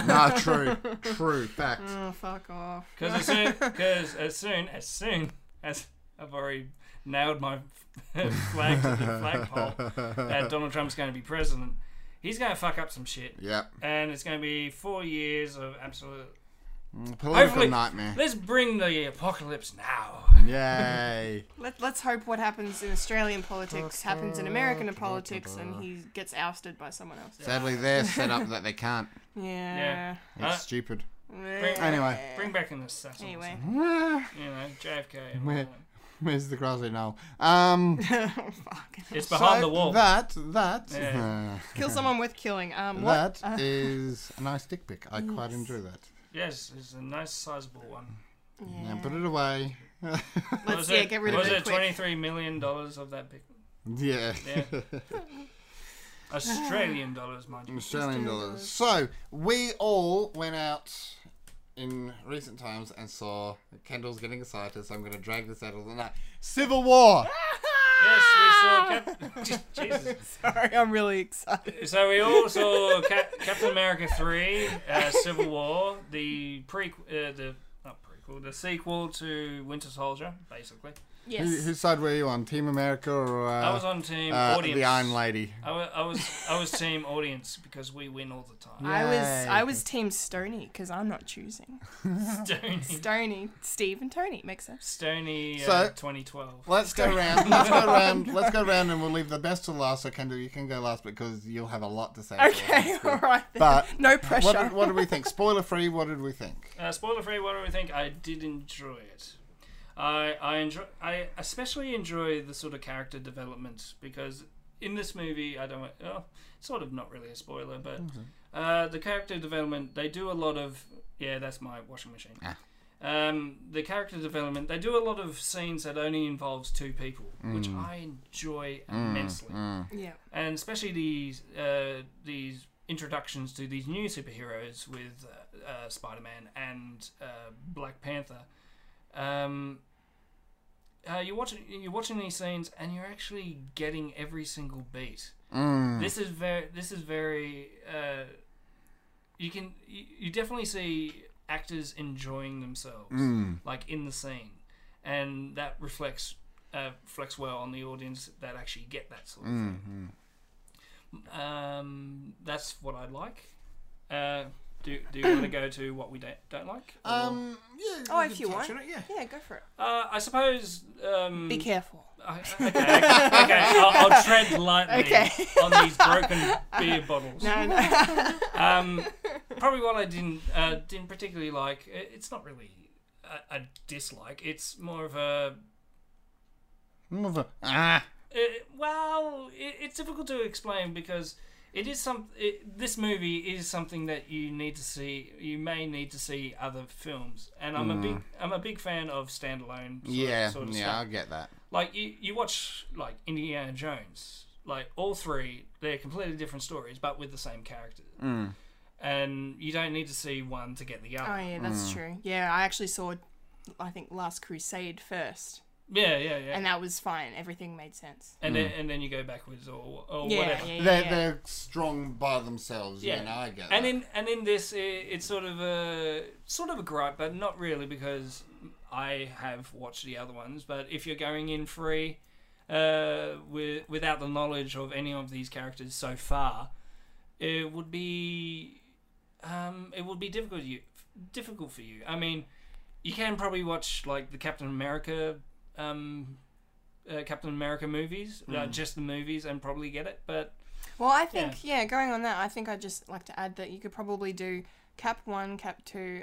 A: nah, true. True. Fact.
C: Oh, fuck off.
B: because as soon because as soon as soon as I've already nailed my flag to the flagpole that Donald Trump's going to be president. He's going to fuck up some shit,
A: Yep.
B: and it's going to be four years of absolute
A: Political
B: Hopefully-
A: nightmare.
B: Let's bring the apocalypse now.
A: Yay.
C: Let, let's hope what happens in Australian politics happens in American politics and he gets ousted by someone else.
A: Sadly, they're set up that they can't.
C: Yeah.
A: It's
B: Uh,
A: stupid.
C: Meh.
A: Anyway.
B: Bring back in the assassins.
C: Anyway.
B: You know, JFK. And all
A: Where,
B: that.
A: where's the grassy knoll? Um,
C: fuck.
B: It's behind
A: so
B: the wall.
A: That that
B: Yeah.
C: Kill someone with killing. Um,
A: uh,
C: what? Uh.
A: that is a nice dick pic. I quite enjoy that.
B: Yes, it's a nice sizable one.
A: Now put it away.
B: What
C: Let's
B: was
C: yeah, get rid of
B: was
C: it quick.
B: $23 million dollars of that big.
A: yeah.
B: Yeah. Australian dollars, mind you.
A: Australian dollars. So we all went out in recent times and saw Kendall's getting excited, so I'm going to drag this out of the night. Civil War.
B: Yes, we saw Cap- Jesus.
C: Sorry, I'm really excited.
B: So we all saw Cap- Captain America 3, uh, Civil War, the prequel, uh, the, not prequel, the sequel to Winter Soldier, basically.
A: Who, whose side were you on? Team America or uh,
B: I was on team
A: uh,
B: audience.
A: the Iron Lady?
B: I wa- I was, I was team audience because we win all the time.
C: I was
A: Yay.
C: I was Team Stony because I'm not choosing.
B: Stony,
C: Stony, Steve, and Tony makes sense.
B: Stony uh,
A: So-
B: 2012.
A: Let's go round. Let's go round. Let's go round, and we'll leave the best to last. So Kendall, you can go last because you'll have a lot to say. after
C: Okay,
A: this.
C: all right. Then.
A: But
C: no
A: what
C: pressure.
A: did, what did we think? Spoiler free. What did we think?
B: Uh, spoiler free, what do we think? I did enjoy it. I I enjoy I especially enjoy the sort of character development because in this movie I don't want- oh sort of not really a spoiler but
A: Mm,
B: uh, the character development they do a lot of yeah that's my washing machine.
A: Ah.
B: Um, the character development they do a lot of scenes that only involves two people which I enjoy
A: Mm.
B: immensely
C: yeah.
B: and especially these uh, these introductions to these new superheroes with uh, uh, Spider-Man and uh, Black Panther. Um, uh, you're watching you're watching these scenes and you're actually getting every single beat. This is very this is very uh, you can you, you definitely see actors enjoying themselves
A: mm.
B: like in the scene, and that reflects uh, reflects well on the audience that actually get that sort of thing. Um, that's what I like. Uh, Do, do you want to go to what we don't, don't like? Or-
A: Um, yeah.
C: Oh,
A: we
C: if
A: could
C: you
A: touch
C: want.
A: on it, yeah.
C: Yeah, go for it.
B: uh, I suppose. Um,
C: Be careful.
B: I- okay, okay, I'll, I'll tread lightly
C: Okay.
B: on these broken beer bottles.
C: No, no.
B: Um, probably what I didn't uh, didn't particularly like. i- It's not really a, a dislike. It's more of a
A: More of a- Ah.
B: uh, well, it, it's difficult to explain because it is some. It, this movie is something that you need to see. You may need to see other films, and I'm a big. I'm a big fan of standalone. Sort
A: Mm. Yeah,
B: of, sort of
A: yeah,
B: stuff.
A: I get that.
B: Like you, you watch like Indiana Jones. Like all three, they're completely different stories, but with the same character.
A: Mm.
B: And you don't need to see one to get the other.
C: Oh yeah, that's true. Yeah, I actually saw, I think Last Crusade first,
B: Yeah, yeah, yeah.
C: and that was fine. Everything made sense.
B: And,
A: Mm.
B: then, and then you go backwards or, or
C: yeah,
B: whatever.
C: yeah, yeah,
A: They're,
C: yeah.
A: they're strong by themselves. Yeah,
B: Yeah.
A: no, I get
B: And
A: that.
B: in and in this, i it's sort of a sort of a gripe, but not really because I have watched the other ones. But if you're going in free, uh, with, without the knowledge of any of these characters so far, it would be um, it would be difficult you difficult for you. I mean, you can probably watch like the Captain America. Um, uh, Captain America movies, uh, just the movies, and probably get it. But
C: Well, I think yeah. going on that, I think I'd just like to add that you could probably do Cap One, Cap Two,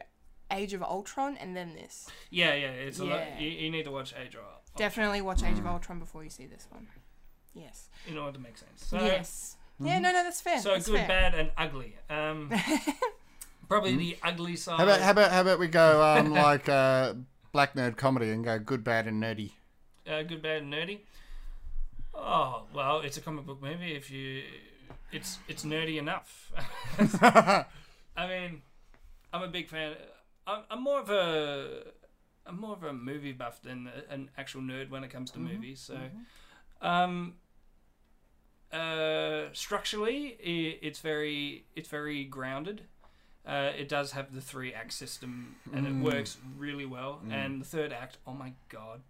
C: Age of Ultron, and then this.
B: yeah, yeah, it's a
C: Yeah.
B: lot. You, you need to watch Age of Ultron.
C: Definitely watch Age of Ultron before you see this one. Yes.
B: in order to make sense. So,
C: yes. Yeah. No. No. That's fair.
B: so
C: that's
B: good,
C: fair.
B: bad, and ugly. Um, probably the ugly
A: Mm.
B: side.
A: How about how about how about we go um like uh black nerd comedy and go good, bad, and nerdy.
B: uh, good, bad, and nerdy. Oh well, it's a comic book movie. If you, it's it's nerdy enough. I mean, I'm a big fan. I'm, I'm more of a I'm more of a movie buff than a, an actual nerd when it comes to movies. So, um, uh, structurally, i it's very it's very grounded. Uh, it does have the three act system, and it works really well. And the third act, oh my god.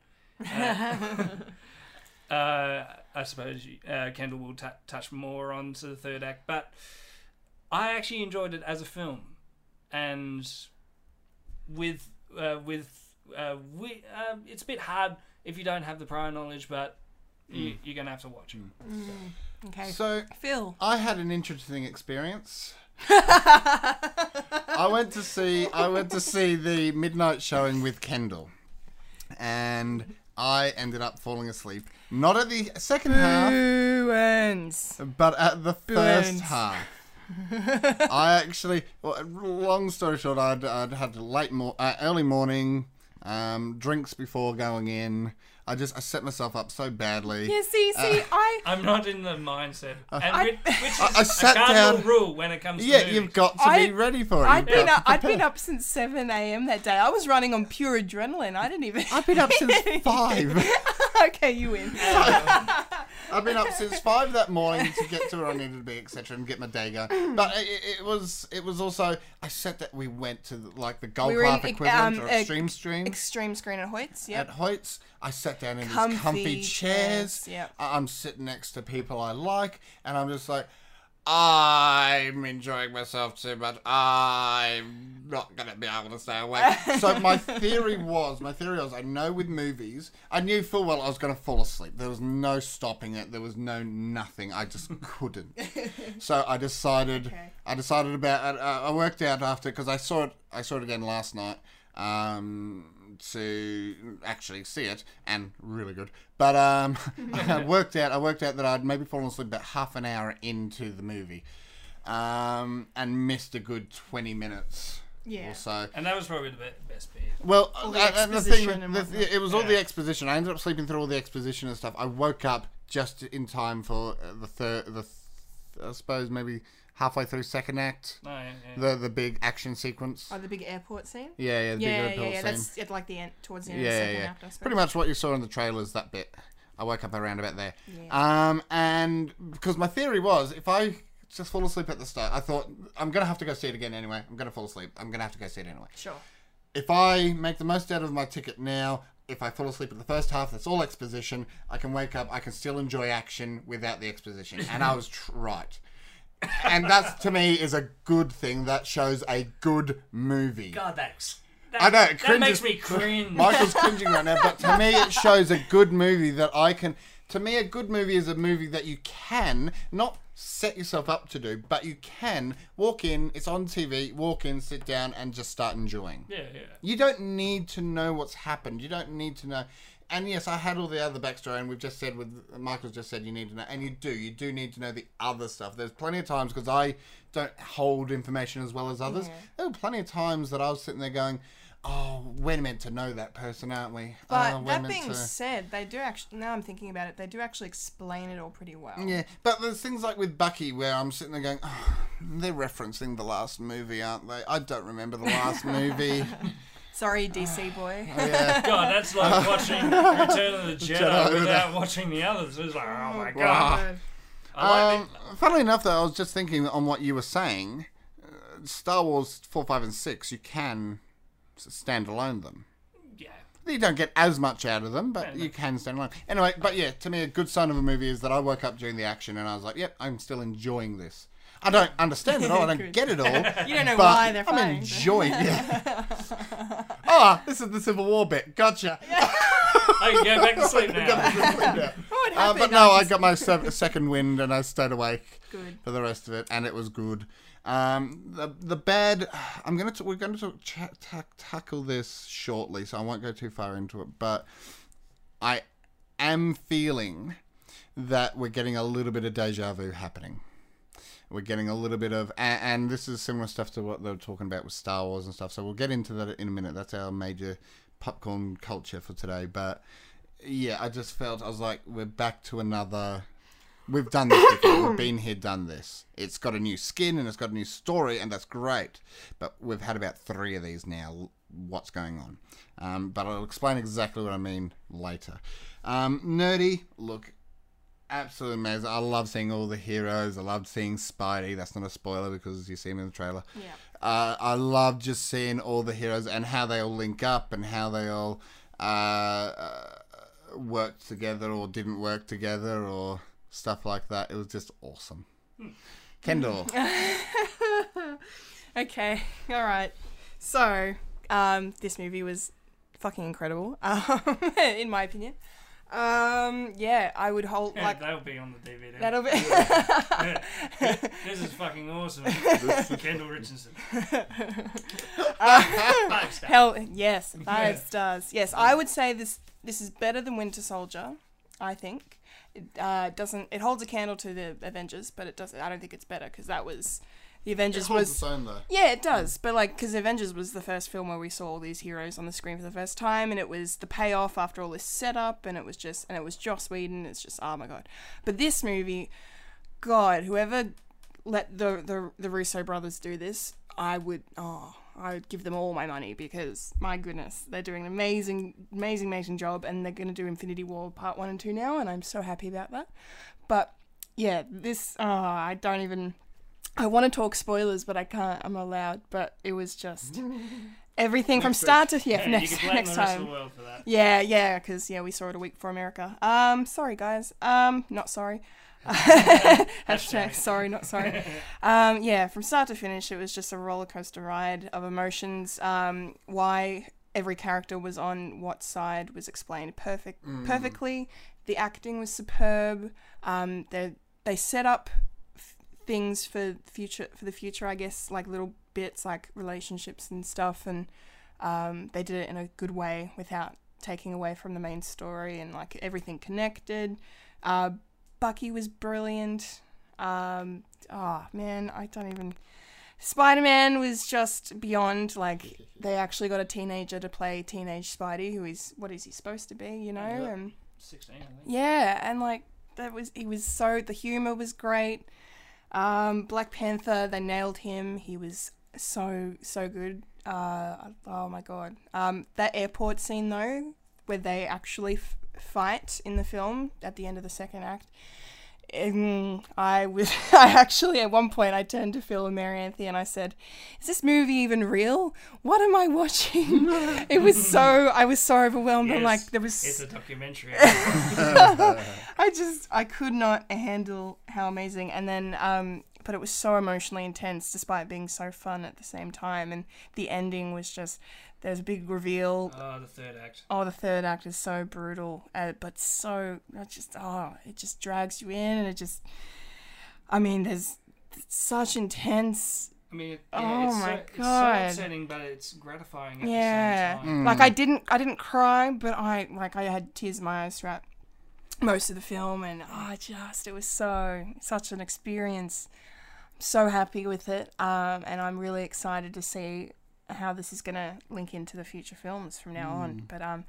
B: Uh, uh, I suppose you- uh, Kendall will t- touch more on to the third act, but I actually enjoyed it as a film, and with uh, with uh, we, uh, it's a bit hard if you don't have the prior knowledge, but
A: Mm.
B: you, you're gonna have to watch. it.
C: Mm, Okay.
A: So
C: Phil.
A: I had an interesting experience. I went to see I went to see the midnight showing with Kendall, and I ended up falling asleep. Not at the second half, but at the first
C: Booins.
A: half. I actually, well, long story short, I'd, I'd had late mor- uh, early morning um, drinks before going in. I just I set myself up so badly.
C: Yeah. See. See. I.
B: I'm not in the mindset, and
C: I-
B: which, which is
A: Uh, I- I sat
B: a cardinal
A: down-
B: rule when it comes.
A: Yeah,
B: to movies.
A: you've got to
C: I-
A: be ready for it.
C: I'd
A: You've
C: been
A: got
C: up,
A: to
C: I'd been
A: prepare.
C: up since seven a.m. that day. I was running on pure adrenaline. I didn't even.
A: I've been up since five.
C: okay, you win.
A: I've been up since five that morning to get to where I needed to be, etc., and get my day going. But it, it- it was it was also I said that we went to the, like the Gold
C: We were in,
A: Park equivalent
C: um,
A: or
C: uh,
A: Extreme Stream
C: Extreme screen at Hoyts.
A: at
C: Yep.
A: Hoyts. I sat down in
C: Comfy
A: these comfy chairs.
C: chairs, yep.
A: I- I'm sitting next to people I like, and I'm just like. I'm enjoying myself too much. I'm not gonna be able to stay awake. so my theory was, my theory was, I know with movies, I knew full well I was gonna fall asleep. There was no stopping it. There was no nothing. I just couldn't. so I decided,
C: Okay.
A: I decided about. uh, I, I worked out after because I saw it. I saw it again last night um, to actually see it, and really good. But um, I worked out. I worked out that I'd maybe fallen asleep about half an hour into the movie, um, and missed a good twenty minutes
C: Yeah.
A: or so.
B: and that was probably the be- best bit.
A: Well,
C: All the
A: uh, and the thing,
C: exposition and
A: the-
C: whatnot.
A: it was all
B: Yeah.
A: the exposition. I ended up sleeping through all the exposition and stuff. I woke up just in time for uh, the third, the th- I suppose maybe halfway through second act,
B: No, yeah, yeah.
A: the the big action sequence.
C: Oh, the big airport scene.
A: Yeah, yeah, the
C: Yeah,
A: big
C: yeah,
A: airport
C: yeah.
A: scene.
C: That's at like the end, towards the end of the
A: yeah,
C: second
A: yeah.
C: act. I suppose.
A: Pretty much what you saw in the trailers. That bit. I woke up around about there.
C: Yeah.
A: Um, and because my theory was, if I just fall asleep at the start, I thought I'm gonna have to go see it again anyway. I'm gonna fall asleep. I'm gonna have to go see it anyway.
C: Sure.
A: If I make the most out of my ticket now. If I fall asleep at the first half, that's all exposition. I can wake up. I can still enjoy action without the exposition. And I was tr- right. and that to me is a good thing. That shows a good movie.
B: God, that's. That,
A: I know, it
B: that makes
A: cringes-
B: me cringe.
A: Michael's cringing right now, but to me, it shows a good movie that I can. To me, a good movie is a movie that you can not set yourself up to do, but you can walk in. It's on TV. Walk in, sit down, and just start enjoying.
B: yeah, yeah.
A: You don't need to know what's happened. You don't need to know. And yes, I had all the other backstory, and we've just said with Michael's just said you need to know, and you do. You do need to know the other stuff. There's plenty of times because I don't hold information as well as others. There were plenty of times that I was sitting there going, "Oh, we're meant to know that person, aren't we?"
C: But
A: oh, we're
C: that
A: meant
C: being
A: to-"
C: said, they do actually. Now I'm thinking about it, they do actually explain it all pretty well.
A: Yeah, but there's things like with Bucky where I'm sitting there going, oh, they're referencing the last movie, aren't they? I don't remember the last movie. Oh,
C: Sorry, DC boy.
A: Yeah.
B: God, that's like watching Return of the Jedi,
A: Jedi
B: without watching the others. It's like, oh my god.
A: Wow.
B: I like
A: Um, funnily enough, though, I was just thinking on what you were saying. Uh, Star Wars four, five, and six, you can s- stand alone them.
B: the, yeah.
A: You don't get as much out of them, but you can stand alone. Anyway, but yeah, to me, a good sign of a movie is that I woke up during the action and I was like, "Yep, I'm still enjoying this. I don't understand it all. I don't
C: Good.
A: get it all."
C: You don't know
A: but
C: why they're
A: I'm
C: fighting.
A: enjoying it. Ah, this is the Civil War bit. Gotcha.
B: I can go back to sleep now.
C: What
A: Uh,
C: happened?
A: but no, I got my se- second wind and I stayed awake
C: Good.
A: for the rest of it, and it was good. Um, the the bad. I'm gonna t- we're gonna t- cha ta- tackle this shortly, so I won't go too far into it. But I am feeling that we're getting a little bit of deja vu happening. We're getting a little bit of, and, and this is similar stuff to what they were talking about with Star Wars and stuff. So we'll get into that in a minute. That's our major popcorn culture for today. But yeah, I just felt I was like, we're back to another. We've done this before. We've been here, done this. It's got a new skin and it's got a new story, and that's great. But we've had about three of these now. What's going on? Um, but I'll explain exactly what I mean later. Um, nerdy, look, absolutely amazing. I love seeing all the heroes. I loved seeing Spidey. That's not a spoiler because you see him in the trailer.
C: Yeah.
A: Uh, I love just seeing all the heroes and how they all link up and how they all uh, uh, worked together or didn't work together or stuff like that. It was just awesome. Kendall,
C: Okay, all right. So, um, this movie was fucking incredible, um, in my opinion. Um, yeah, I would hold
B: Yeah,
C: like
B: that'll be on the DVD.
C: that'll be.
B: This is fucking awesome. Kendall Richardson. Five star.
C: Uh, Hell yes, five stars. Yes, I would say this this is better than Winter Soldier. I think it uh, doesn't. It holds a candle to the Avengers, but it does. I don't think it's better because that was the Avengers was.
A: own though.
C: Yeah, it does. But like, because Avengers was the first film where we saw all these heroes on the screen for the first time, and it was the payoff after all this setup, and it was just, and it was Joss Whedon. It's just, oh my god. But this movie, God, whoever let the the the Russo brothers do this, I would, oh, I would give them all my money because my goodness, they're doing an amazing, amazing, amazing job, and they're gonna do Infinity War Part One and Two now, and I'm so happy about that. But yeah, this, oh, I don't even. I want to talk spoilers, but I can't. I'm not allowed. But it was just everything from start to yeah.
B: Yeah,
C: from
B: you
C: next
B: can blame
C: next
B: the rest of
C: time.
B: the world for that.
C: Yeah, yeah, because yeah, we saw it a week for America. Um, sorry guys. Um, not sorry. Hashtag sorry, not sorry. Um, yeah, from start to finish, it was just a roller coaster ride of emotions. Um, why every character was on what side was explained perfect
A: Hmm. Mm.
C: perfectly. The acting was superb. Um, they they set up f- things for future for the future, I guess, like little bits like relationships and stuff, and um, they did it in a good way without taking away from the main story and like everything connected. Uh, Bucky was brilliant. Um, oh man, I don't even. Spider Man was just beyond like they actually got a teenager to play teenage Spidey, who is what is he supposed to be, you know?
A: Yeah.
C: And
B: 16, I think.
C: yeah, and like that was he was so the humor was great. Um, Black Panther, they nailed him. He was so so good. Uh, oh my god. Um, that airport scene though, where they actually f- fight in the film at the end of the second act. Um, I was I actually at one point I turned to Phil and Mary Anthony and I said, "Is this movie even real? What am I watching?" it was so I was so overwhelmed. I'm
B: Yes,
C: like there was
B: It's a documentary.
C: I just I could not handle how amazing. And then um, but it was so emotionally intense despite being so fun at the same time. And the ending was just there's a big reveal.
B: Oh, the third act.
C: Oh, the third act is so brutal, uh, but so it just oh, it just drags you in, and it just. I mean, there's such intense
B: I mean, it,
C: Oh
B: yeah, it's,
C: my
B: so, it's
C: God.
B: so upsetting, but it's gratifying at
C: Yeah.
B: the same time.
C: Like I didn't I didn't cry, but I like I had tears in my eyes throughout most of the film and I just it was so such an experience. I'm so happy with it. Um and I'm really excited to see how this is gonna link into the future films from now on. But um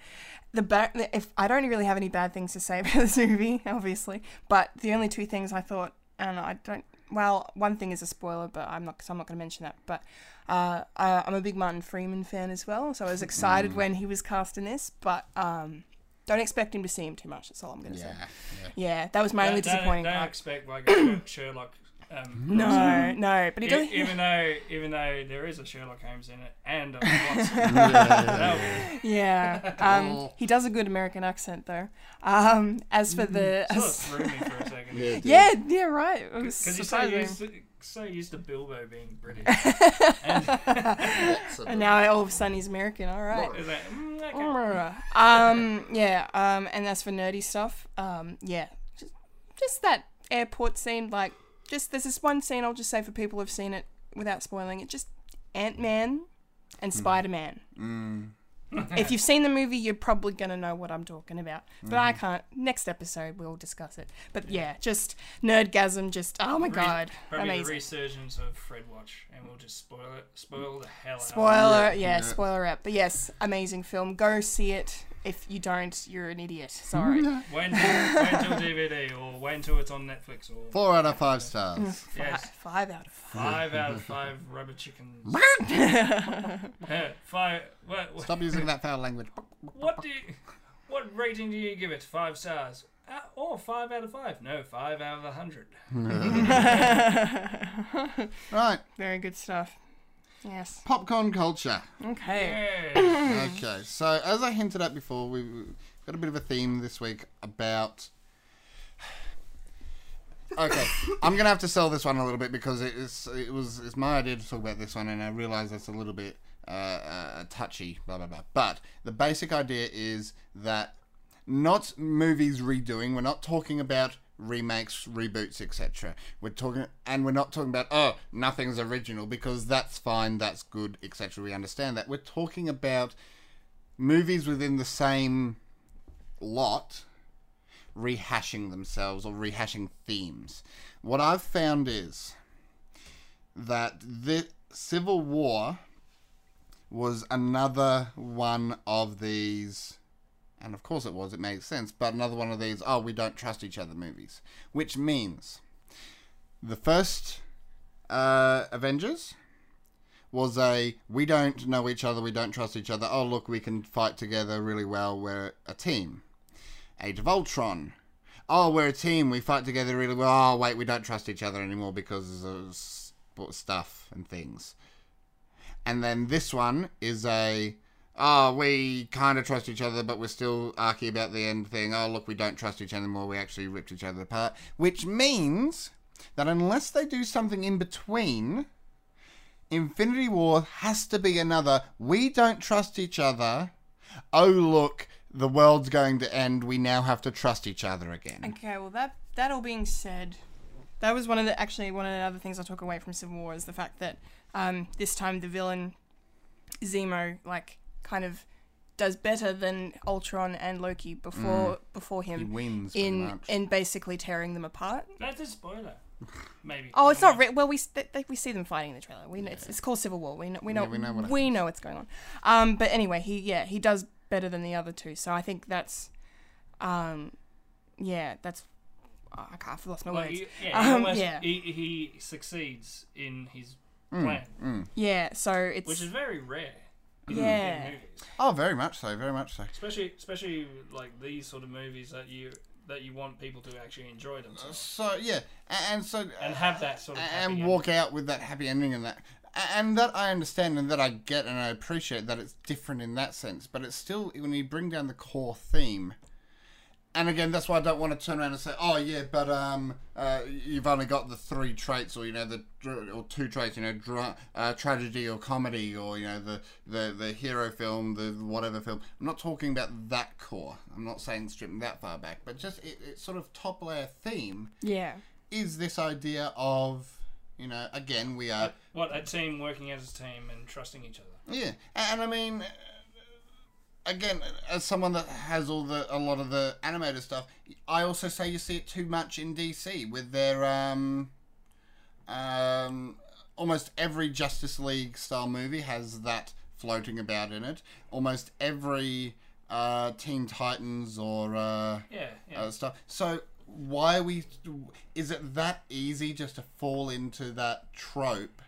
C: the back if I don't really have any bad things to say about this movie, obviously. But the only two things I thought and I don't well, one thing is a spoiler, but I'm not. So I'm not going to mention that. But uh, I, I'm a big Martin Freeman fan as well, so I was excited when he was cast in this. But um, don't expect him to see him too much. That's all I'm going to
A: Yeah.
C: say.
A: yeah.
C: Yeah, that was my only
B: Don't- don't-
C: disappointing.
B: Don't,
C: part.
B: expect like a Sherlock. Um,
C: no, no, but he
B: e-
C: does.
B: even though, even though there is a Sherlock Holmes in it and a Watson,
A: Yeah.
B: that
C: yeah, um, he does a good American accent though. Um, as for the,
B: sort of threw me for a second.
A: Yeah, dude.
C: yeah, yeah, right. It was
B: Because you're so
C: surprising.
B: used, to, so used to Bilbo being British.
A: That's a
C: And now all of a sudden he's American. All right.
B: It's like, mm, okay.
C: um, yeah, um, and that's for nerdy stuff. Um, yeah, just, just that airport scene. Like, just there's this one scene I'll just say for people who've seen it without spoiling it. Just Ant Man and Spider Man.
A: Mm.
C: if you've seen the movie, you're probably gonna know what I'm talking about. But I can't. Next episode, we'll discuss it. But yeah, just nerdgasm. Just oh my
B: Re-
C: god,
B: Probably the
C: amazing.
B: resurgence of Fred Watch, and we'll just spoil it. Spoil the hell out. of
C: Spoiler, yeah,
A: yeah.
C: spoiler up. But yes, amazing film. Go see it. If you don't, you're an idiot. Sorry.
B: it. Wait until, wait until DVD, or wait until it's on Netflix, or
A: Four out of five
C: Mm.
A: stars.
B: yes,
C: Five out of five.
B: five out of five rubber chickens. Eh, five. What, what,
A: Stop using that foul language.
B: what do you? What rating do you give it? Five stars. Uh, or five out of five? No, five out of a hundred.
A: Right,
C: Very good stuff. Yes.
A: popcorn culture.
C: Okay.
B: Yeah.
C: Mm.
A: Okay, so as I hinted at before, we- we've got a bit of a theme this week about. Okay, I'm gonna have to sell this one a little bit because it is it was it's my idea to talk about this one, and I realise that's a little bit uh, uh, touchy, blah blah blah. But the basic idea is that not movies redoing. We're not talking about remakes, reboots, etc. We're talking, and we're not talking about oh, nothing's original because that's fine, that's good, etc. We understand that. We're talking about movies within the same lot rehashing themselves or rehashing themes. What I've found is that the Civil War was another one of these and of course it was, it makes sense. But another one of these, oh, we don't trust each other movies. Which means the first uh, Avengers was a we don't know each other, we don't trust each other. Oh, look, we can fight together really well. We're a team. Age of Ultron. Oh, we're a team. We fight together really well. Oh, wait, we don't trust each other anymore because of s- stuff and things. And then this one is a, oh, we kind of trust each other, but we're still arky about the end thing. Oh, look, we don't trust each other anymore. We actually ripped each other apart. Which means that unless they do something in between, Infinity War has to be another, we don't trust each other. Oh, look, the world's going to end. We now have to trust each other again.
C: Okay. Well, that that all being said, that was one of the actually one of the other things I took away from Civil War is the fact that um, this time the villain Zemo like kind of does better than Ultron and Loki before before him
A: Mm. He wins pretty
C: in
A: much.
C: in basically tearing them apart.
B: That's a spoiler. Maybe.
C: Oh, it's not. Re- well, we s- they, they- we see them fighting in the trailer. We know, it's, it's called Civil War. We know we know
A: we know what
C: we know what's going on. Um, but anyway, he yeah he does better than the other two. So I think that's, um, yeah that's. oh, I can't. I've lost my
B: Like,
C: words.
B: he, yeah, he
C: Um,
B: almost-
C: yeah.
B: He, he succeeds in his plan,
C: Yeah. So it's
B: which is very rare. in-
C: Yeah.
B: In movies.
A: Oh, very much so, very much so.
B: especially especially like these sort of movies that you that you want people to actually enjoy themselves
A: So, yeah, a- and so.
B: and have that sort of happy
A: and
B: ending.
A: walk out with that happy ending and that and that I understand and that I get and I appreciate that it's different in that sense, but it's still when you bring down the core theme, And again, that's why I don't want to turn around and say, "Oh yeah, but um, uh, you've only got the three traits, or you know, the dr- or two traits, you know, dra- uh, tragedy or comedy, or you know, the, the the hero film, the whatever film." I'm not talking about that core. I'm not saying stripping that far back, but just it, it's sort of top layer theme
C: Yeah.
A: is this idea of, you know, again we are
B: What a team working as a team and trusting each other.
A: yeah, and I mean, again, as someone that has all the a lot of the animated stuff, I also say you see it too much in DC with their um, um, almost every Justice League style movie has that floating about in it. Almost every uh, Teen Titans or uh,
B: Yeah, yeah.
A: uh, stuff. So why are we? Is it that easy just to fall into that trope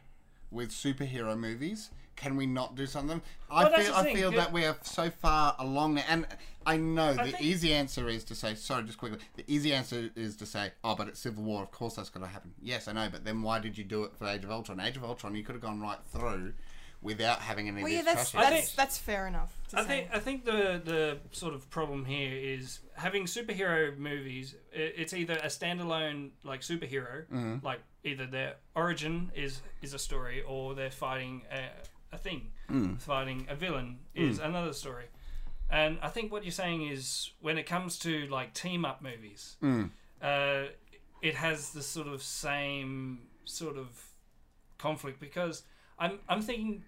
A: with superhero movies? Can we not do something? I
B: Well, that's
A: feel
B: the
A: I
B: thing,
A: feel
B: the-
A: that we are so far along now, and I know the
B: think-
A: easy answer is to say sorry. Just quickly, the easy answer is to say, oh, but it's Civil War. Of course, that's going to happen. Yes, I know, but then why did you do it for Age of Ultron? Age of Ultron, you could have gone right through without having any.
C: Well,
A: of
C: yeah,
A: these
C: that's
A: trash
C: that's
A: issues.
C: that's fair enough. To
B: I
C: say.
B: think I think the the sort of problem here is having superhero movies. i- It's either a standalone like superhero, like either their origin is is a story, or they're fighting a, a thing, fighting a villain is another story. And I think what you're saying is when it comes to like team up movies, uh, it has the sort of same sort of conflict because I'm I'm thinking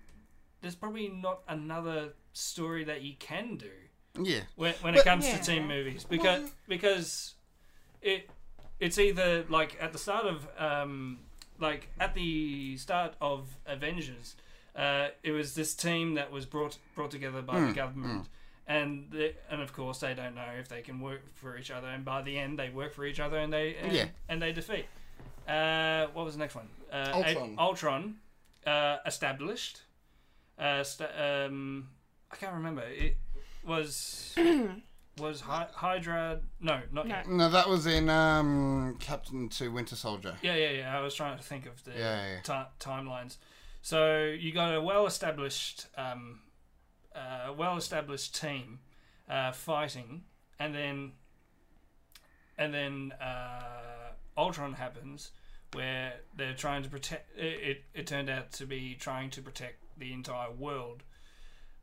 B: there's probably not another story that you can do
A: Hmm, yeah.
B: when, when it
A: But-
B: comes
C: Yeah.
B: to team movies because
A: Well-
B: because it it's either like at the start of um like at the start of Avengers uh, it was this team that was brought brought together by the government and the, and of course they don't know if they can work for each other and by the end they work for each other and they and,
A: Yeah.
B: and they defeat uh, what was the next one uh,
A: Ultron.
B: A- Ultron uh, established uh, sta um, I can't remember. It was was Hy- Hydra. No, not
C: No.
B: yet.
A: No, that was in um, Captain to Winter Soldier.
B: Yeah, yeah, yeah. I was trying to think of the
A: Yeah, yeah.
B: ti- timelines. So you got a well-established, um, uh, well-established team uh, fighting, and then and then uh, Ultron happens, where they're trying to protect. It, it, it turned out to be trying to protect the entire world,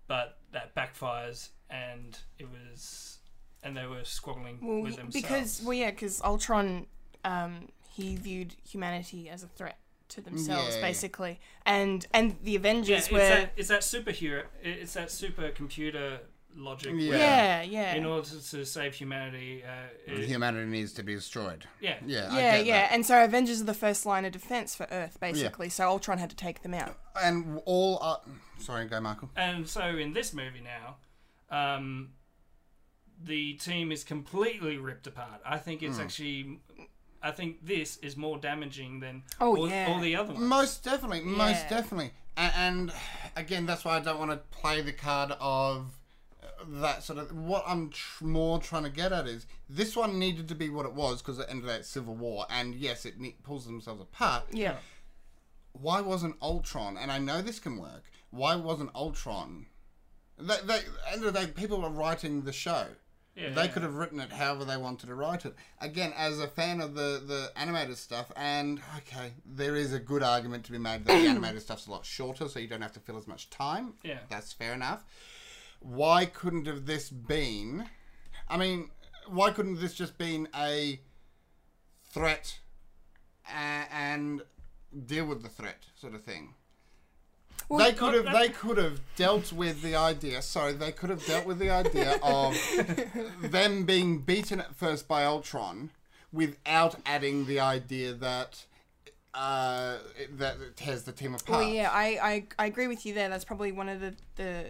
B: but that backfires, and it was, and they were squabbling
C: Well,
B: with
C: y-
B: themselves.
C: because well, yeah, because Ultron, um, he viewed humanity as a threat to themselves,
A: Yeah.
C: basically, and and the Avengers
B: yeah,
C: were,
B: it's that, it's that superhero, it's that supercomputer logic.
A: Yeah.
B: where
C: yeah, yeah,
B: In order to save humanity, uh, it-
A: Humanity needs to be destroyed.
B: yeah,
A: Yeah, I
C: yeah,
A: get
C: yeah.
A: that.
C: And so Avengers are the first line of defense for Earth, basically. So Ultron had to take them out.
A: and all are sorry go michael
B: And so in this movie now, um, the team is completely ripped apart. I think
A: Hmm.
B: it's actually, I think this is more damaging than
C: Oh,
B: all,
C: yeah.
B: all the other ones.
A: most definitely most
C: Yeah.
A: definitely and, and again that's why i don't want to play the card of uh, that sort of what i'm tr- more trying to get at is this one needed to be what it was because it ended at civil war and yes it ne- pulls themselves apart
C: Yeah.
A: why wasn't Ultron? And I know this can work. Why wasn't Ultron? They, they, end of the day, people were writing the show.
B: Yeah,
A: they
B: yeah.
A: could have written it however they wanted to write it. Again, as a fan of the, the animated stuff, and okay, there is a good argument to be made that the animated stuff's a lot shorter, so you don't have to fill as much time.
B: Yeah.
A: That's fair enough. Why couldn't have this been. I mean, why couldn't this just been a threat a- and deal with the threat sort of thing.
C: Well,
A: they could have they could have dealt with the idea. Sorry, they could have dealt with the idea of them being beaten at first by Ultron without adding the idea that uh, that it tears the team apart.
C: Well, yeah, I, I, I agree with you there. That's probably one of the, the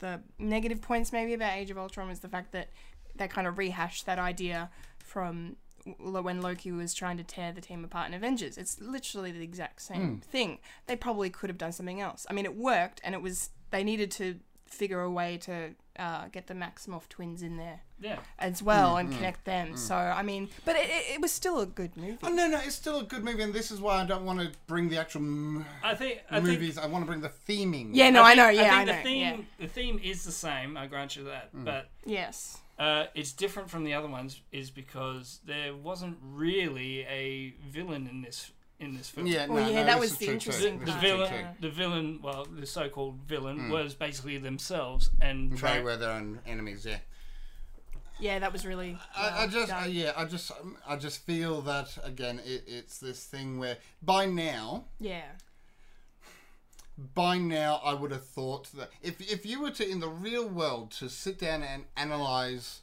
C: the negative points maybe about Age of Ultron is the fact that they kind of rehashed that idea from w- when Loki was trying to tear the team apart in Avengers. It's literally the exact
A: Hmm.
C: same thing. They probably could have done something else. I mean, it worked, and it was they needed to figure a way to uh, get the Maximoff twins in there
B: Yeah,
C: as
A: Mm,
C: well and connect them. So I mean, but it, it, it was still a good movie.
A: Oh, no, no, it's still a good movie, and this is why I don't want to bring the actual m-
B: I think I think
A: movies. I want to bring the theming.
C: Yeah, no, I, know.
B: think-
C: Yeah, I,
B: think
C: know.
B: The theme
C: yeah.
A: Hmm.
B: the theme is the same. I grant you that, but
C: Yes.
B: uh, it's different from the other ones is because there wasn't really a villain in this in this film.
A: Yeah,
C: Oh,
A: no,
C: yeah,
A: no,
C: that
A: this
C: was
A: is true
C: the
A: too.
C: interesting
A: This is
B: The
C: part.
A: true
B: villain,
A: too.
B: the villain, well, the so-called villain
A: Mm.
B: was basically themselves and
A: They
B: try,
A: were their own enemies. Yeah.
C: Yeah, that was really. well
A: I, I just
C: Oh, done.
A: I, yeah I just um, I just feel that again it, it's this thing where by now
C: yeah.
A: by now I would have thought that if if you were to in the real world to sit down and analyze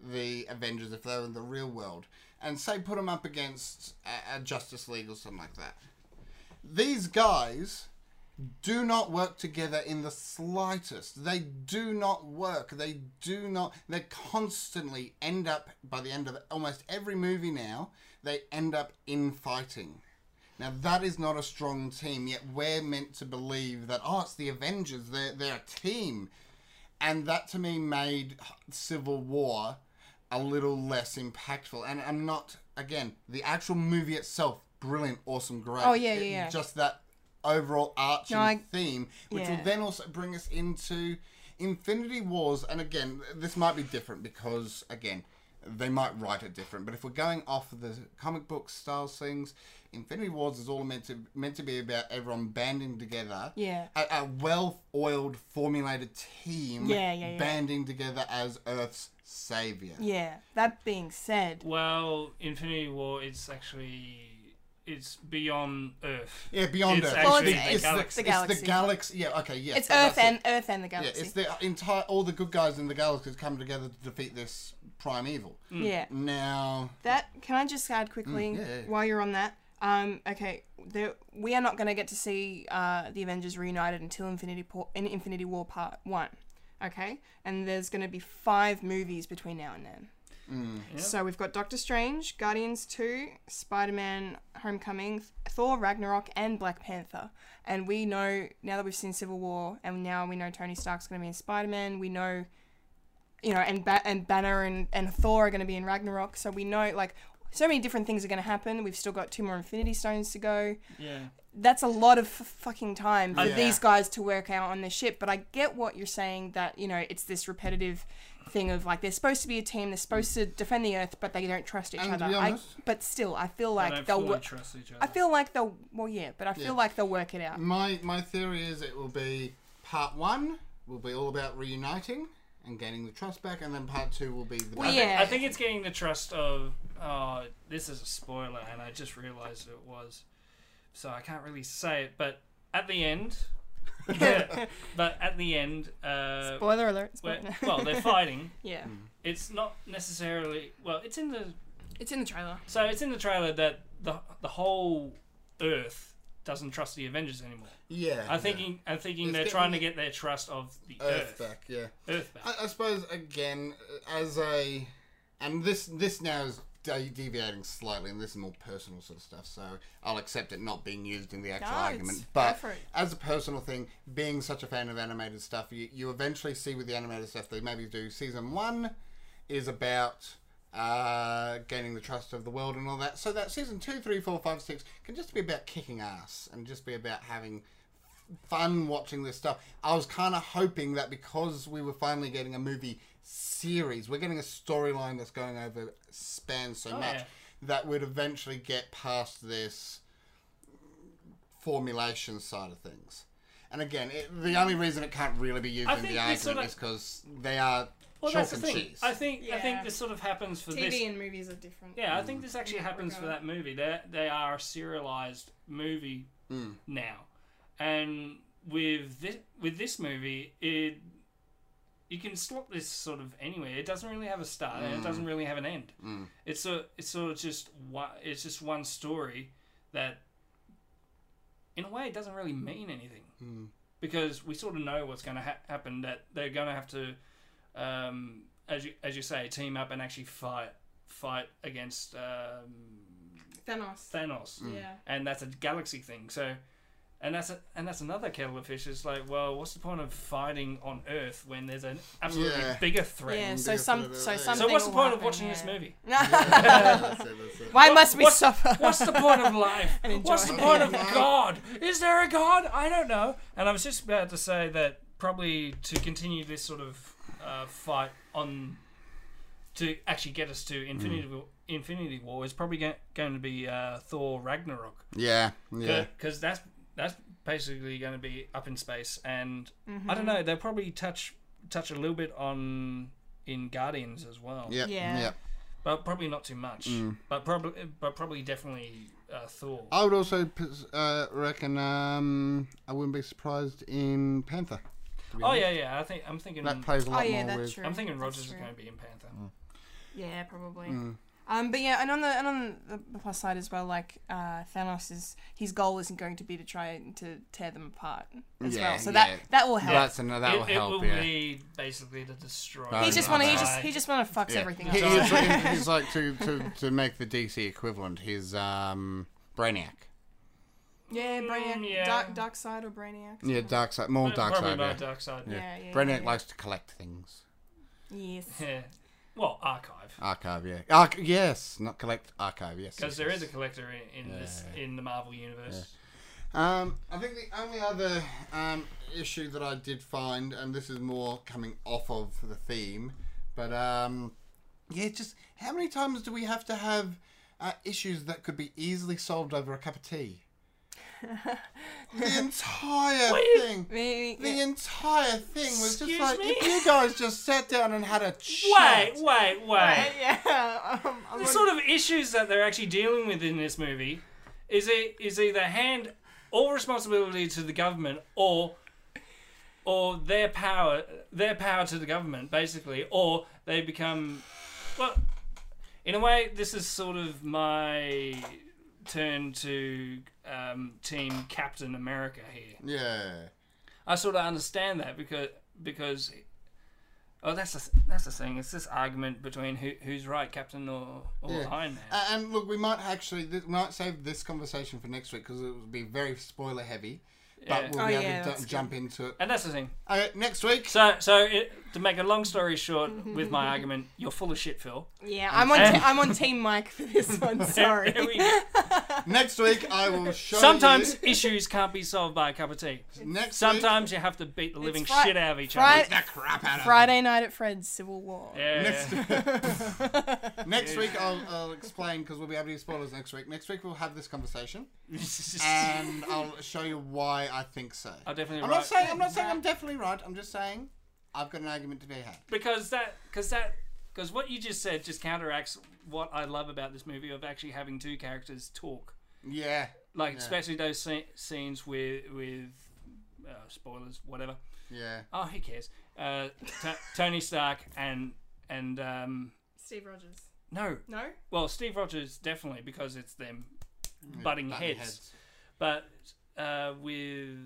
A: the Avengers if they were in the real world and say put them up against a, a Justice League or something like that these guys do not work together in the slightest. They do not work. They do not. They constantly end up, by the end of almost every movie now, they end up in fighting. Now, that is not a strong team, yet we're meant to believe that, oh, it's the Avengers, they're, they're a team. And that to me made Civil War a little less impactful. And I'm not, again, the actual movie itself, brilliant, awesome, great.
C: Oh, yeah, yeah,
A: It-
C: yeah.
A: Just that overall arching
C: No, I-
A: theme, which
C: yeah.
A: will then also bring us into Infinity Wars. And again, this might be different because, again, they might write it different. But if we're going off of the comic book style things, Infinity Wars is all meant to meant to be about everyone banding together.
C: Yeah.
A: A, a well-oiled, formulated team.
C: Yeah, yeah, yeah.
A: Banding together as Earth's savior.
C: Yeah. That being said,
B: well, Infinity War. It's actually it's beyond Earth.
A: Yeah, beyond
B: It's
A: Earth.
B: actually
A: the-
C: the galaxy.
A: the, it's
C: The
A: the galaxy. Yeah, okay, yeah.
C: it's
A: so
C: Earth
A: that's it.
C: and Earth and the
A: Yeah,
C: galaxy.
A: it's the entire all the good guys in the galaxy come together to defeat this prime evil.
C: Yeah.
A: Now,
C: That can I just add quickly
A: Mm, yeah, yeah.
C: while you're on that? Um, okay, there, we are not going to get to see uh, the Avengers reunited until Infinity po- in Infinity War Part One. Okay, and there's going to be five movies between now and then.
A: Mm.
B: Yeah.
C: So we've got Doctor Strange, Guardians Two, Spider Man Homecoming, Thor Ragnarok, and Black Panther. And we know now that we've seen Civil War, and now we know Tony Stark's going to be in Spider Man. We know you know, and ba- and Banner and, and Thor are going to be in Ragnarok. So we know like so many different things are going to happen. We've still got two more Infinity Stones to go.
B: Yeah.
C: That's a lot of f- fucking time for
A: Yeah.
C: these guys to work out on their ship. But I get what you're saying that you know it's this repetitive thing of like they're supposed to be a team, they're supposed to defend the Earth, but they don't trust each
A: And to
C: other.
A: be
C: I,
A: honest-
C: but still, I feel
B: I
C: like
B: don't
C: they'll.
B: fully
C: Wor-
B: trust each other.
C: I feel like they'll. Well, yeah, but I feel
A: Yeah.
C: like they'll work it out.
A: my my theory is it will be part one will be all about reuniting and gaining the trust back, and then part two will be the
C: Well,
A: battle.
C: yeah.
B: I think it's getting the trust of. Oh, this is a spoiler, and I just realised it was. So I can't really say it, but at the end. but at the end, uh,
C: Spoiler alert.
B: where-
C: spoiler-
B: well, mm. they're fighting.
C: yeah,
B: It's not necessarily. Well, it's in the.
C: it's in the trailer.
B: So it's in the trailer that the the whole Earth doesn't trust the Avengers anymore.
A: yeah.
B: I'm thinking. I'm thinking
A: It's
B: they're
A: getting
B: trying to
A: the-
B: get their trust of the
A: yeah.
B: Earth.
A: Earth back. Yeah.
B: Earth back.
A: I, I suppose again, as a, and this this now is de- deviating slightly, and this is more personal sort of stuff. So I'll accept it not being used in the actual
C: No,
A: argument.
C: it's-
A: But
C: go for it.
A: as a personal thing, being such a fan of animated stuff, you, you eventually see with the animated stuff they maybe do season one is about. Uh, gaining the trust of the world and all that. So that season two, three, four, five, six can just be about kicking ass and just be about having fun watching this stuff. I was kind of hoping that because we were finally getting a movie series, we're getting a storyline that's going over spans so
B: Oh,
A: much
B: yeah.
A: that we'd eventually get past this formulation side of things. And again, it, the only reason it can't really be used
B: I
A: in the
B: think
A: argument
B: this sort of-
A: is because they are
B: well,
A: chalk
B: that's the
A: and
B: thing.
A: cheese.
B: I think. I
C: Yeah.
B: think this sort of happens for
C: TV
B: this.
C: and movies are different.
B: Yeah, I think this actually
C: Yeah,
B: happens for
C: okay.
B: that movie. They they are a serialized movie now, and with this with this movie, it you can slot this sort of anywhere. It doesn't really have a start and it doesn't really have an end. It's a it's sort of just one it's just one story that, in a way, it doesn't really mean anything
A: Hmm.
B: because we sort of know what's going to ha- happen. That they're going to have to, um, as you as you say, team up and actually fight fight against um,
C: Thanos.
B: Thanos,
A: Mm.
C: Yeah.
B: and that's a galaxy thing. So, and that's a, and that's another kettle of fish. It's like, well, what's the point of fighting on Earth when there's an absolutely
A: Yeah.
B: bigger threat?
C: Yeah,
A: and
C: so
A: bigger for
C: some,
A: the
C: so
A: release.
C: something.
B: So what's the
C: will
B: point
C: happen,
B: of watching
C: yeah.
B: this movie?
A: That's it, that's it.
C: Why
B: What-
C: must we
B: what's-
C: suffer?
B: What's the point of life?
C: And enjoy.
B: What's the point of
A: Yeah.
B: God? Is there a God? I don't know. And I was just about to say that probably to continue this sort of uh, fight on to actually get us
A: Mm.
B: to Infinity War, Infinity War is probably go- going to be uh, Thor Ragnarok
A: Yeah, yeah.
B: because that's that's basically going to be up in space, and I don't know. They'll probably touch touch a little bit on in Guardians as well,
A: Yeah, Mm.
C: Yeah.
A: yeah.
B: but probably not too much. But probably, but probably definitely uh, Thor.
A: I would also p- uh, reckon um, I wouldn't be surprised in Panther. to be
B: oh
A: honest.
B: yeah, yeah. I think I'm thinking.
A: That Mm. plays a
C: Oh
A: lot
C: yeah,
A: more
C: that's
A: with.
C: true.
B: I'm thinking
C: That's
B: Rogers is
C: true.
B: going to be in Panther.
C: Yeah, probably.
A: Mm.
C: Um, but yeah, and on the and on the- the plus side as well, like uh, Thanos is his goal isn't going to be to try and to tear them apart as
A: Yeah,
C: well. So
A: yeah.
C: that that will help.
A: That's another. That
B: it,
A: will
B: it
A: help.
B: will
A: yeah.
B: be basically the destroyer.
A: Oh,
C: he just
A: yeah.
C: want to he
A: Right.
C: just he just want to fucks
A: Yeah.
C: everything
A: He-
C: up.
A: he's, like, he's like to, to, to make the DC equivalent. His um, Brainiac.
C: yeah, Brainiac,
B: Mm, yeah.
C: Dark, dark side or Brainiac.
A: Yeah, dark side. More dark
B: probably
A: side.
B: by
A: Yeah.
B: dark side.
A: Yeah.
C: Yeah, yeah,
A: Brainiac
C: yeah.
A: likes to collect things.
C: Yes.
B: Yeah. Well, archive.
A: Archive. Yeah. Arch- yes, not collect. Archive. Yes.
B: Because
A: yes,
B: there
A: yes.
B: is a collector in, in this in the Marvel universe.
A: Um, I think the only other um, issue that I did find, and this is more coming off of the theme, but um, yeah, just how many times do we have to have uh, issues that could be easily solved over a cup of tea? the entire thing.
C: Maybe-
A: The entire thing was just
B: Excuse
A: like
B: me?
A: if you guys just sat down and had a chat.
B: Wait, wait, wait.
C: yeah. Um, I'm
B: The
C: gonna-
B: sort of issues that they're actually dealing with in this movie is it is either hand all responsibility to the government or or their power their power to the government basically or they become well in a way this is sort of my turn to um, team Captain America here.
A: Yeah.
B: I sort of understand that because because oh that's the that's the thing. It's this argument between who who's right, Captain or or
A: Yeah.
B: Iron Man.
A: Uh, and look, we might actually th- we might save this conversation for next week because it would be very spoiler heavy.
B: Yeah.
A: But we'll
C: Oh,
A: be able
C: yeah,
A: to
C: that's
A: ju-
C: good.
A: jump into it
B: and that's the thing.
A: uh, next week.
B: So so it, to make a long story short, with my argument, you're full of shit, Phil.
C: yeah, I'm on te- I'm on Team Mike for this one. Sorry.
B: There we go.
A: next week I will show
B: Sometimes
A: you.
B: issues can't be solved by a cup of tea.
A: Next
B: Sometimes you have to beat the living
C: Fri-
B: shit out of each
C: Fri-
B: other.
A: week, the crap out of
C: Friday night at Fred's Civil War.
A: Oh,
B: Yeah.
A: Next week I'll, I'll explain because we'll be able to do spoilers next week. Next week we'll have this conversation and I'll show you why I think so.
B: I'll definitely
A: I'm
B: write.
A: not saying I'm not saying I'm definitely right. I'm just saying I've got an argument to be had.
B: because that because that because what you just said just counteracts what I love about this movie of actually having two characters talk.
A: Yeah,
B: like especially those sce- scenes with with uh, spoilers, whatever.
A: yeah.
B: Oh, who cares? Uh, t- Tony Stark and and um,
C: Steve Rogers.
B: no,
C: No.
B: well Steve Rogers definitely because it's them
A: Button
B: butting heads,
A: heads.
B: but uh, with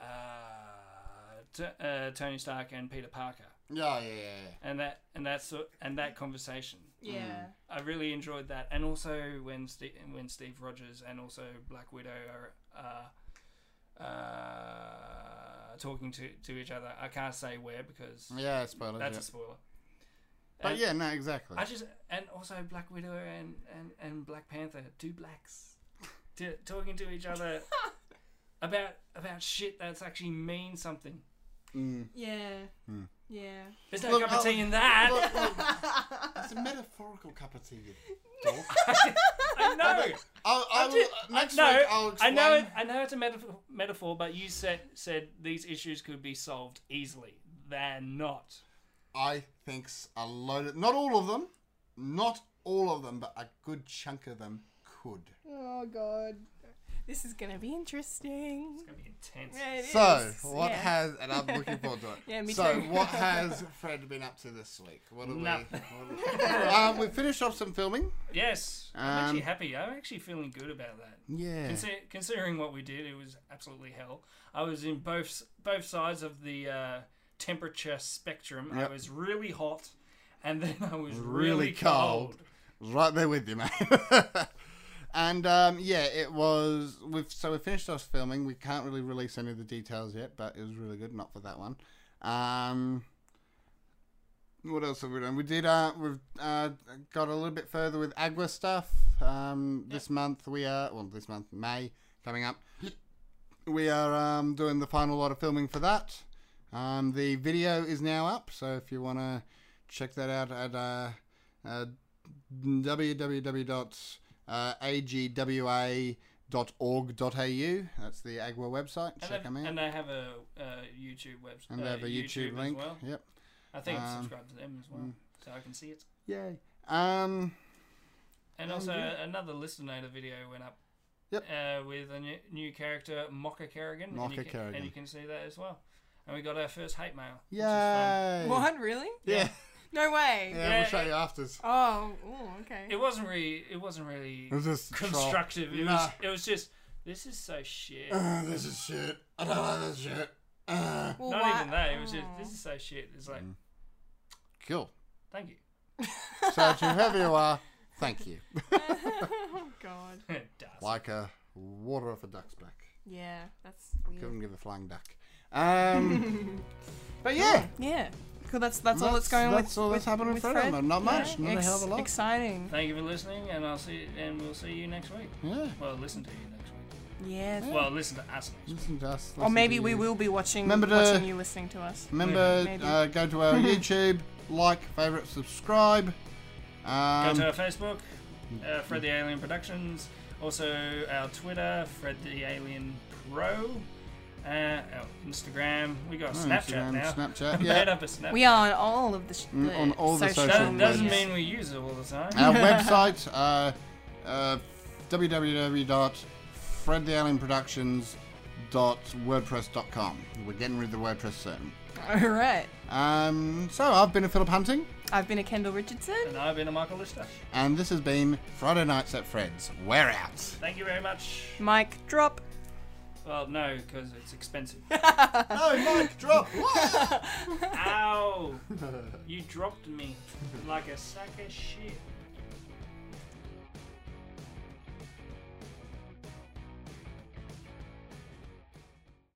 B: uh, t- uh, Tony Stark and Peter Parker,
A: Yeah, yeah, yeah. yeah.
B: and that and that sort and that conversation.
C: Yeah.
B: I really enjoyed that, and also when Steve, when Steve Rogers and also Black Widow are uh, uh, talking to, to each other. I can't say where because
A: Yeah, spoilers.
B: that's
A: yeah.
B: a spoiler.
A: But
B: And
A: yeah, no, exactly.
B: I just and also Black Widow and, and, and Black Panther, two blacks, to, talking to each other about about shit that's actually means something.
A: Mm.
C: Yeah.
A: Hmm.
C: Yeah.
B: There's no
A: Look,
B: cup of tea
A: I'll-
B: in that.
A: Look, look, it's a metaphorical cup of tea. you dork.
B: I know.
A: I'll, I'll,
B: ju-
C: uh,
A: next
B: no,
A: week I'll
B: I
A: explain.
B: know, it, I know it's a metaphor, metaphor, but you said said these issues could be solved easily. They're not.
A: I think s- a load of, not all of them, not all of them, but a good chunk of them could.
C: Oh god. This is gonna be interesting.
B: It's gonna be intense.
C: Yeah, it
A: So
C: is.
A: what
C: Yeah.
A: has and I'm looking forward to it.
C: Yeah, me
A: so
C: too.
A: what has Fred been up to this week? What are we?
B: Nothing.
A: what are- um, we finished off some filming.
B: Yes, I'm
A: Um,
B: actually happy. I'm actually feeling good about that.
A: Yeah.
B: Consi- considering what we did, it was absolutely hell. I was in both s- both sides of the uh, temperature spectrum.
A: Yep.
B: I was really hot, and then I was really,
A: Really
B: cold.
A: cold. Right there with you, mate. and um, yeah, it was. We've so we finished off filming. We can't really release any of the details yet, but it was really good. Not for that one. Um, what else have we done? We did. Uh, we've uh, got a little bit further with Agua stuff. Um, this month we are. Well, this month May coming up. We are um, doing the final lot of filming for that. Um, the video is now up, so if you want to check that out at uh, uh, www.agwa.org.au. That's the Agwa website.
B: And,
A: check
B: they've-
A: them out.
B: and they have a uh, YouTube website.
A: And they have a YouTube, link.
B: As well.
A: Yep.
B: I think I'm
A: Um,
B: subscribed to them as well, so I can see it.
A: Yay. Um,
B: And
A: Oh,
B: also uh,
A: yeah.
B: another listener video went up.
A: Yep.
B: Uh, with a new, new character, Mocha Kerrigan. and
A: Mocha
B: you can,
A: Kerrigan.
B: And you can see that as well. And we got our first hate mail. which is fun.
A: yay.
C: What? Really?
A: Yeah.
C: No way.
A: Yeah,
B: Yeah,
A: we'll show
B: it-
A: you afters.
C: Oh, ooh, okay.
B: It wasn't really. It wasn't really
A: It was just a troll.
B: constructive. It was.
A: Nah. Uh,
B: It was just. This is so shit.
A: Ugh, this is shit. I don't like this shit. Uh. Ugh.
C: Well,
B: Not
C: why-
B: even that. It was just. This
C: oh.
B: is so shit. It's
A: Mm.
B: like.
A: Cool.
B: Thank you.
A: So to whoever you are, thank you.
C: oh God.
B: Dust.
A: Like a water off a duck's back.
C: Yeah, that's
A: Couldn't
C: weird.
A: give a flying duck. Um, but yeah.
C: Yeah. Cool. That's that's, all that's going on
A: that's
C: with.
A: all that's
C: with,
A: happening
C: with
A: with Fredo.
C: Fred.
A: Not much.
C: Yeah.
A: Not a hell of a
C: Ex-
A: lot.
C: Exciting.
B: Thank you for listening, and I'll see. And we'll see you next week.
A: yeah.
B: Well, listen to you next week.
C: Yeah.
A: Mm.
B: Well, listen to us. Next week.
A: Listen to us.
C: Or
A: listen
C: maybe
A: to
C: we
A: you.
C: will be watching
A: Remember to-
C: watching you listening to us.
A: Remember,
C: Maybe.
A: uh, go to our YouTube, like, favorite, subscribe. Um, Mm.
B: Go to our Facebook, uh, Fred the Alien Productions. Also our Twitter, Fred the Alien Pro. Uh, our Instagram. We got a
A: Oh,
B: Snapchat
A: Instagram,
B: now.
A: Snapchat,
B: Made
A: yeah.
B: up a Snapchat.
C: We are on all of the, sh-
A: Mm,
C: the
A: on all the
C: social,
A: social
B: That doesn't
A: media.
C: medias.
B: mean we use it all the time.
A: our website, uh, uh, www.fredtheallenproductions.wordpress.com. We're getting rid of the WordPress soon.
C: All right.
A: Um, so I've been a Philip Hunting,
C: I've been a Kendall Richardson.
B: And I've been a Michael Lister.
A: and this has been Friday Nights at Fred's. We're out.
B: Thank you very much.
C: Mike, drop.
B: Well, no, because it's expensive.
A: No, Mike, drop.
B: Ow! You dropped me like a sack of shit.